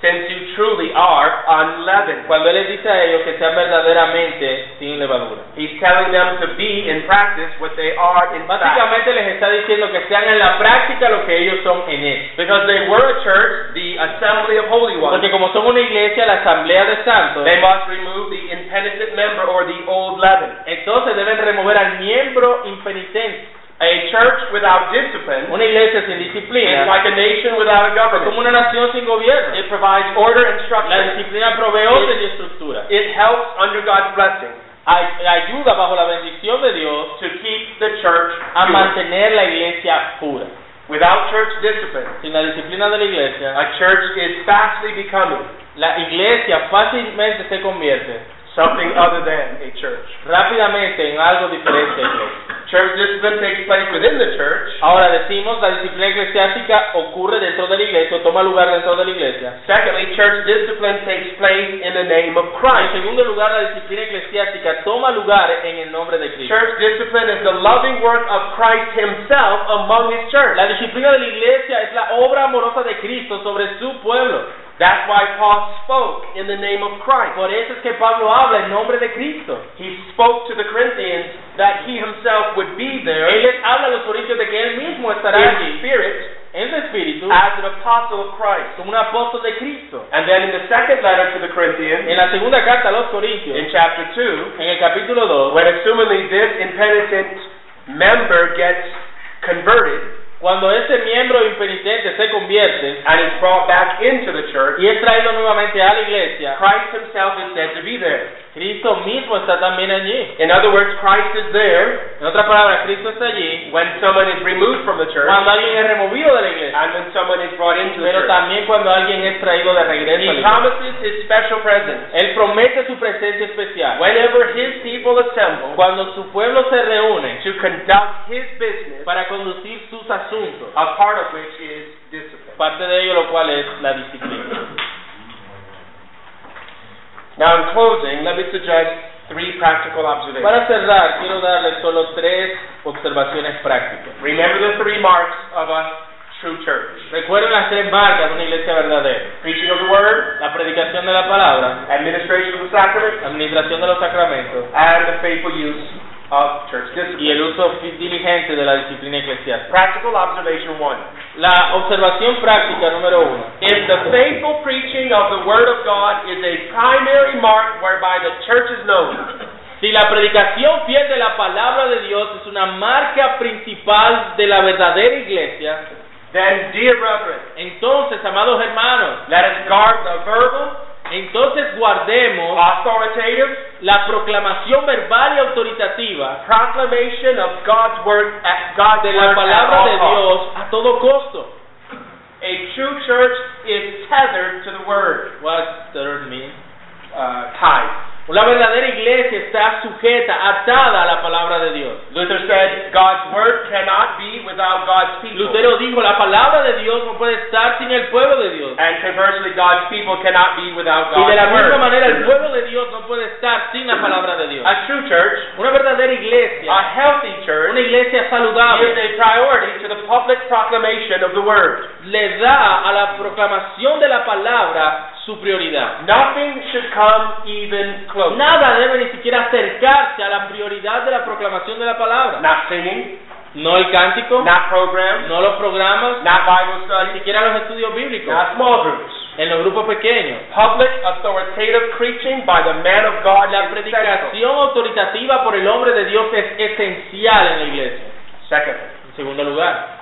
Speaker 1: since you truly are unleavened.
Speaker 2: cuando él les dice a ellos que sean verdaderamente sin levadura.
Speaker 1: He's telling them to be in practice what they are in fact.
Speaker 2: Básicamente les está diciendo que sean en la práctica lo que ellos son en él.
Speaker 1: Because they were a church, the assembly of holy ones.
Speaker 2: Porque como son una iglesia, la asamblea de santos,
Speaker 1: They must remove the impenitent member or the old leaven.
Speaker 2: entonces deben remover al miembro impenitente.
Speaker 1: A church without discipline
Speaker 2: Una iglesia sin
Speaker 1: is
Speaker 2: disciplina
Speaker 1: like a nation without a
Speaker 2: es como
Speaker 1: government.
Speaker 2: una nación sin gobierno.
Speaker 1: It provides order and
Speaker 2: La
Speaker 1: structure.
Speaker 2: disciplina provee orden y estructura.
Speaker 1: It helps under God's blessing
Speaker 2: ay- ayuda bajo la bendición de Dios
Speaker 1: to keep the church
Speaker 2: a
Speaker 1: pure.
Speaker 2: mantener la iglesia pura.
Speaker 1: Without church discipline,
Speaker 2: Sin la disciplina de la iglesia,
Speaker 1: a church is fastly becoming
Speaker 2: la iglesia fácilmente se convierte
Speaker 1: something other than a church.
Speaker 2: rápidamente en algo diferente. a Dios.
Speaker 1: Church discipline takes place within the church.
Speaker 2: Ahora decimos, la disciplina eclesiástica ocurre dentro de la iglesia, o toma lugar dentro de la iglesia.
Speaker 1: Secondly, church discipline takes place in the name of
Speaker 2: En
Speaker 1: Christ.
Speaker 2: segundo lugar, la disciplina eclesiástica toma lugar en el nombre de Cristo.
Speaker 1: Church discipline is the loving work of Christ Himself among His church.
Speaker 2: La disciplina de la iglesia es la obra amorosa de Cristo sobre su pueblo.
Speaker 1: That's why Paul spoke in the name of Christ.
Speaker 2: Por eso es que Pablo habla en nombre de Cristo.
Speaker 1: He spoke to the Corinthians that he himself would be
Speaker 2: Él
Speaker 1: there
Speaker 2: les habla a los corintios de que él mismo estará
Speaker 1: in
Speaker 2: allí,
Speaker 1: spirit
Speaker 2: en su espíritu,
Speaker 1: as an apostle of Christ.
Speaker 2: como un apóstol de Cristo.
Speaker 1: And then in the second letter to the
Speaker 2: En
Speaker 1: Corinthians,
Speaker 2: la segunda carta a los
Speaker 1: in
Speaker 2: corintios,
Speaker 1: chapter 2,
Speaker 2: en el capítulo 2,
Speaker 1: when assumingly this impenitent member gets converted
Speaker 2: cuando ese miembro impenitente se convierte
Speaker 1: and is brought back into the church,
Speaker 2: y es traído nuevamente a la iglesia,
Speaker 1: Christ himself is said to be there.
Speaker 2: Cristo mismo está también allí.
Speaker 1: In other words, Christ is there
Speaker 2: En otras palabras, Cristo está allí
Speaker 1: when someone is removed from the church
Speaker 2: cuando alguien es removido de la iglesia,
Speaker 1: and when someone is brought into the
Speaker 2: pero
Speaker 1: church.
Speaker 2: también cuando alguien es traído de regreso a la
Speaker 1: He
Speaker 2: iglesia.
Speaker 1: promises his special presence.
Speaker 2: Él promete su presencia especial.
Speaker 1: Whenever his people assemble
Speaker 2: Cuando su pueblo se reúne
Speaker 1: to conduct his business,
Speaker 2: para conducir sus asuntos,
Speaker 1: a part of which is discipline.
Speaker 2: parte de ello lo cual es la disciplina.
Speaker 1: Now, in closing, let me suggest three practical observations.
Speaker 2: Para cerrar, quiero darles solo tres observaciones prácticas.
Speaker 1: Remember the three marks of a true church
Speaker 2: Recuerden las tres marcas de una iglesia verdadera.
Speaker 1: preaching of the word,
Speaker 2: La predicación de la palabra,
Speaker 1: administration of the sacrament,
Speaker 2: la administración de los sacramentos
Speaker 1: and the faithful use of church
Speaker 2: y el
Speaker 1: discipline.
Speaker 2: uso fi- diligente de la disciplina eclesiástica.
Speaker 1: Practical observation one
Speaker 2: La observación práctica número uno.
Speaker 1: If the faithful preaching of the word of God is a primary mark whereby the church is known,
Speaker 2: Si la predicación fiel de la palabra de Dios es una marca principal de la verdadera iglesia,
Speaker 1: then, dear brethren,
Speaker 2: entonces, amados hermanos,
Speaker 1: let us guard the verbal,
Speaker 2: entonces guardemos
Speaker 1: authoritative,
Speaker 2: la proclamación verbal y autoritativa
Speaker 1: proclamation of God's word at God's
Speaker 2: de
Speaker 1: word
Speaker 2: la
Speaker 1: at
Speaker 2: palabra
Speaker 1: all
Speaker 2: de
Speaker 1: costs.
Speaker 2: Dios a todo costo.
Speaker 1: A true church is tethered to the word.
Speaker 2: What third mean?
Speaker 1: Uh, tithe.
Speaker 2: Una verdadera iglesia está sujeta, atada a la palabra de Dios.
Speaker 1: Luther said, God's word cannot be without God's people.
Speaker 2: Lutero dijo, la palabra de Dios no puede estar sin el pueblo de Dios.
Speaker 1: And conversely, God's people cannot be without
Speaker 2: Y de
Speaker 1: God's
Speaker 2: la misma
Speaker 1: word.
Speaker 2: manera, el pueblo de Dios no puede estar sin la palabra de Dios.
Speaker 1: A true church,
Speaker 2: Una verdadera
Speaker 1: a
Speaker 2: iglesia,
Speaker 1: healthy
Speaker 2: una
Speaker 1: church,
Speaker 2: iglesia
Speaker 1: gives
Speaker 2: saludable,
Speaker 1: a priority to the public proclamation of the word.
Speaker 2: le da a la proclamación de la palabra su prioridad.
Speaker 1: Nothing should come even close.
Speaker 2: Nada debe ni siquiera acercarse a la prioridad de la proclamación de la palabra.
Speaker 1: Not singing,
Speaker 2: No el cántico,
Speaker 1: not programs,
Speaker 2: no los programas,
Speaker 1: not Bible
Speaker 2: ni
Speaker 1: study,
Speaker 2: siquiera los estudios bíblicos,
Speaker 1: not small groups.
Speaker 2: en los grupos pequeños.
Speaker 1: Public authoritative preaching by the man of God
Speaker 2: La
Speaker 1: is essential.
Speaker 2: predicación autoritativa por el hombre de Dios es esencial en la iglesia.
Speaker 1: Second,
Speaker 2: En segundo lugar,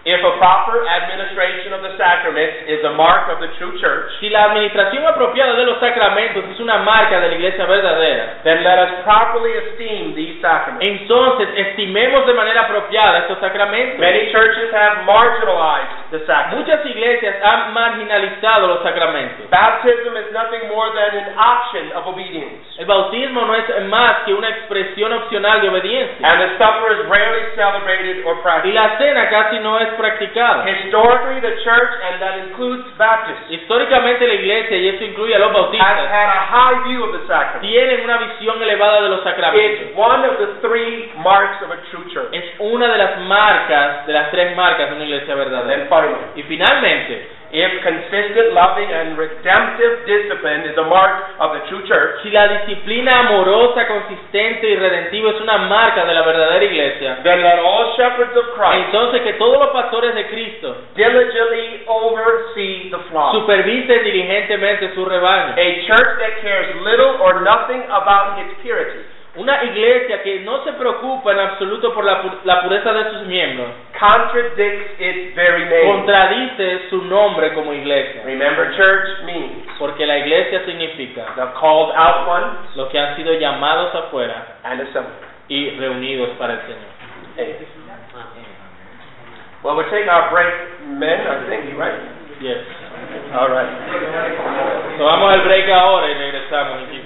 Speaker 1: if a proper administration of the sacraments is a mark of the true church,
Speaker 2: si la administración apropiada de los sacramentos es una marca de la iglesia verdadera,
Speaker 1: then let us properly esteem these sacraments.
Speaker 2: Entonces, estimemos de manera apropiada estos sacramentos.
Speaker 1: Many churches have marginalized the sacraments.
Speaker 2: Muchas iglesias han marginalizado los sacramentos.
Speaker 1: Baptism is nothing more than an option of obedience,
Speaker 2: El bautismo no es más que una expresión opcional de obediencia.
Speaker 1: and the supper is rarely celebrated or
Speaker 2: Y
Speaker 1: practiced.
Speaker 2: la cena casi no es practicada.
Speaker 1: Historically, the church, and that includes Baptists,
Speaker 2: Históricamente la iglesia, y esto incluye a los
Speaker 1: has
Speaker 2: bautistas,
Speaker 1: had a high view of the sacraments.
Speaker 2: tienen una visión elevada de los sacramentos.
Speaker 1: It's one of the three marks of a true church.
Speaker 2: Es una de las marcas, de las tres marcas de una iglesia
Speaker 1: And
Speaker 2: verdadera.
Speaker 1: then finally,
Speaker 2: Y finalmente,
Speaker 1: if consistent, loving, and redemptive discipline is a mark of the true church,
Speaker 2: si la disciplina amorosa, consistente y redentiva es una marca de la verdadera iglesia,
Speaker 1: then let all shepherds of Christ
Speaker 2: Entonces que todos los pastores de Cristo
Speaker 1: diligently oversee the flock.
Speaker 2: supervisen diligentemente su rebaño.
Speaker 1: A church that cares little or nothing about its purity,
Speaker 2: Una iglesia que no se preocupa en absoluto por la, pu- la pureza de sus miembros
Speaker 1: contradicts its very name.
Speaker 2: contradice su nombre como iglesia.
Speaker 1: Remember, church means
Speaker 2: Porque la iglesia significa
Speaker 1: the called out ones
Speaker 2: los que han sido llamados afuera
Speaker 1: and assembled.
Speaker 2: y reunidos para el Señor.
Speaker 1: Amen. Well, we'll take our break, men, I think, right?
Speaker 2: Yes.
Speaker 1: All right.
Speaker 2: Tomamos el break ahora y regresamos.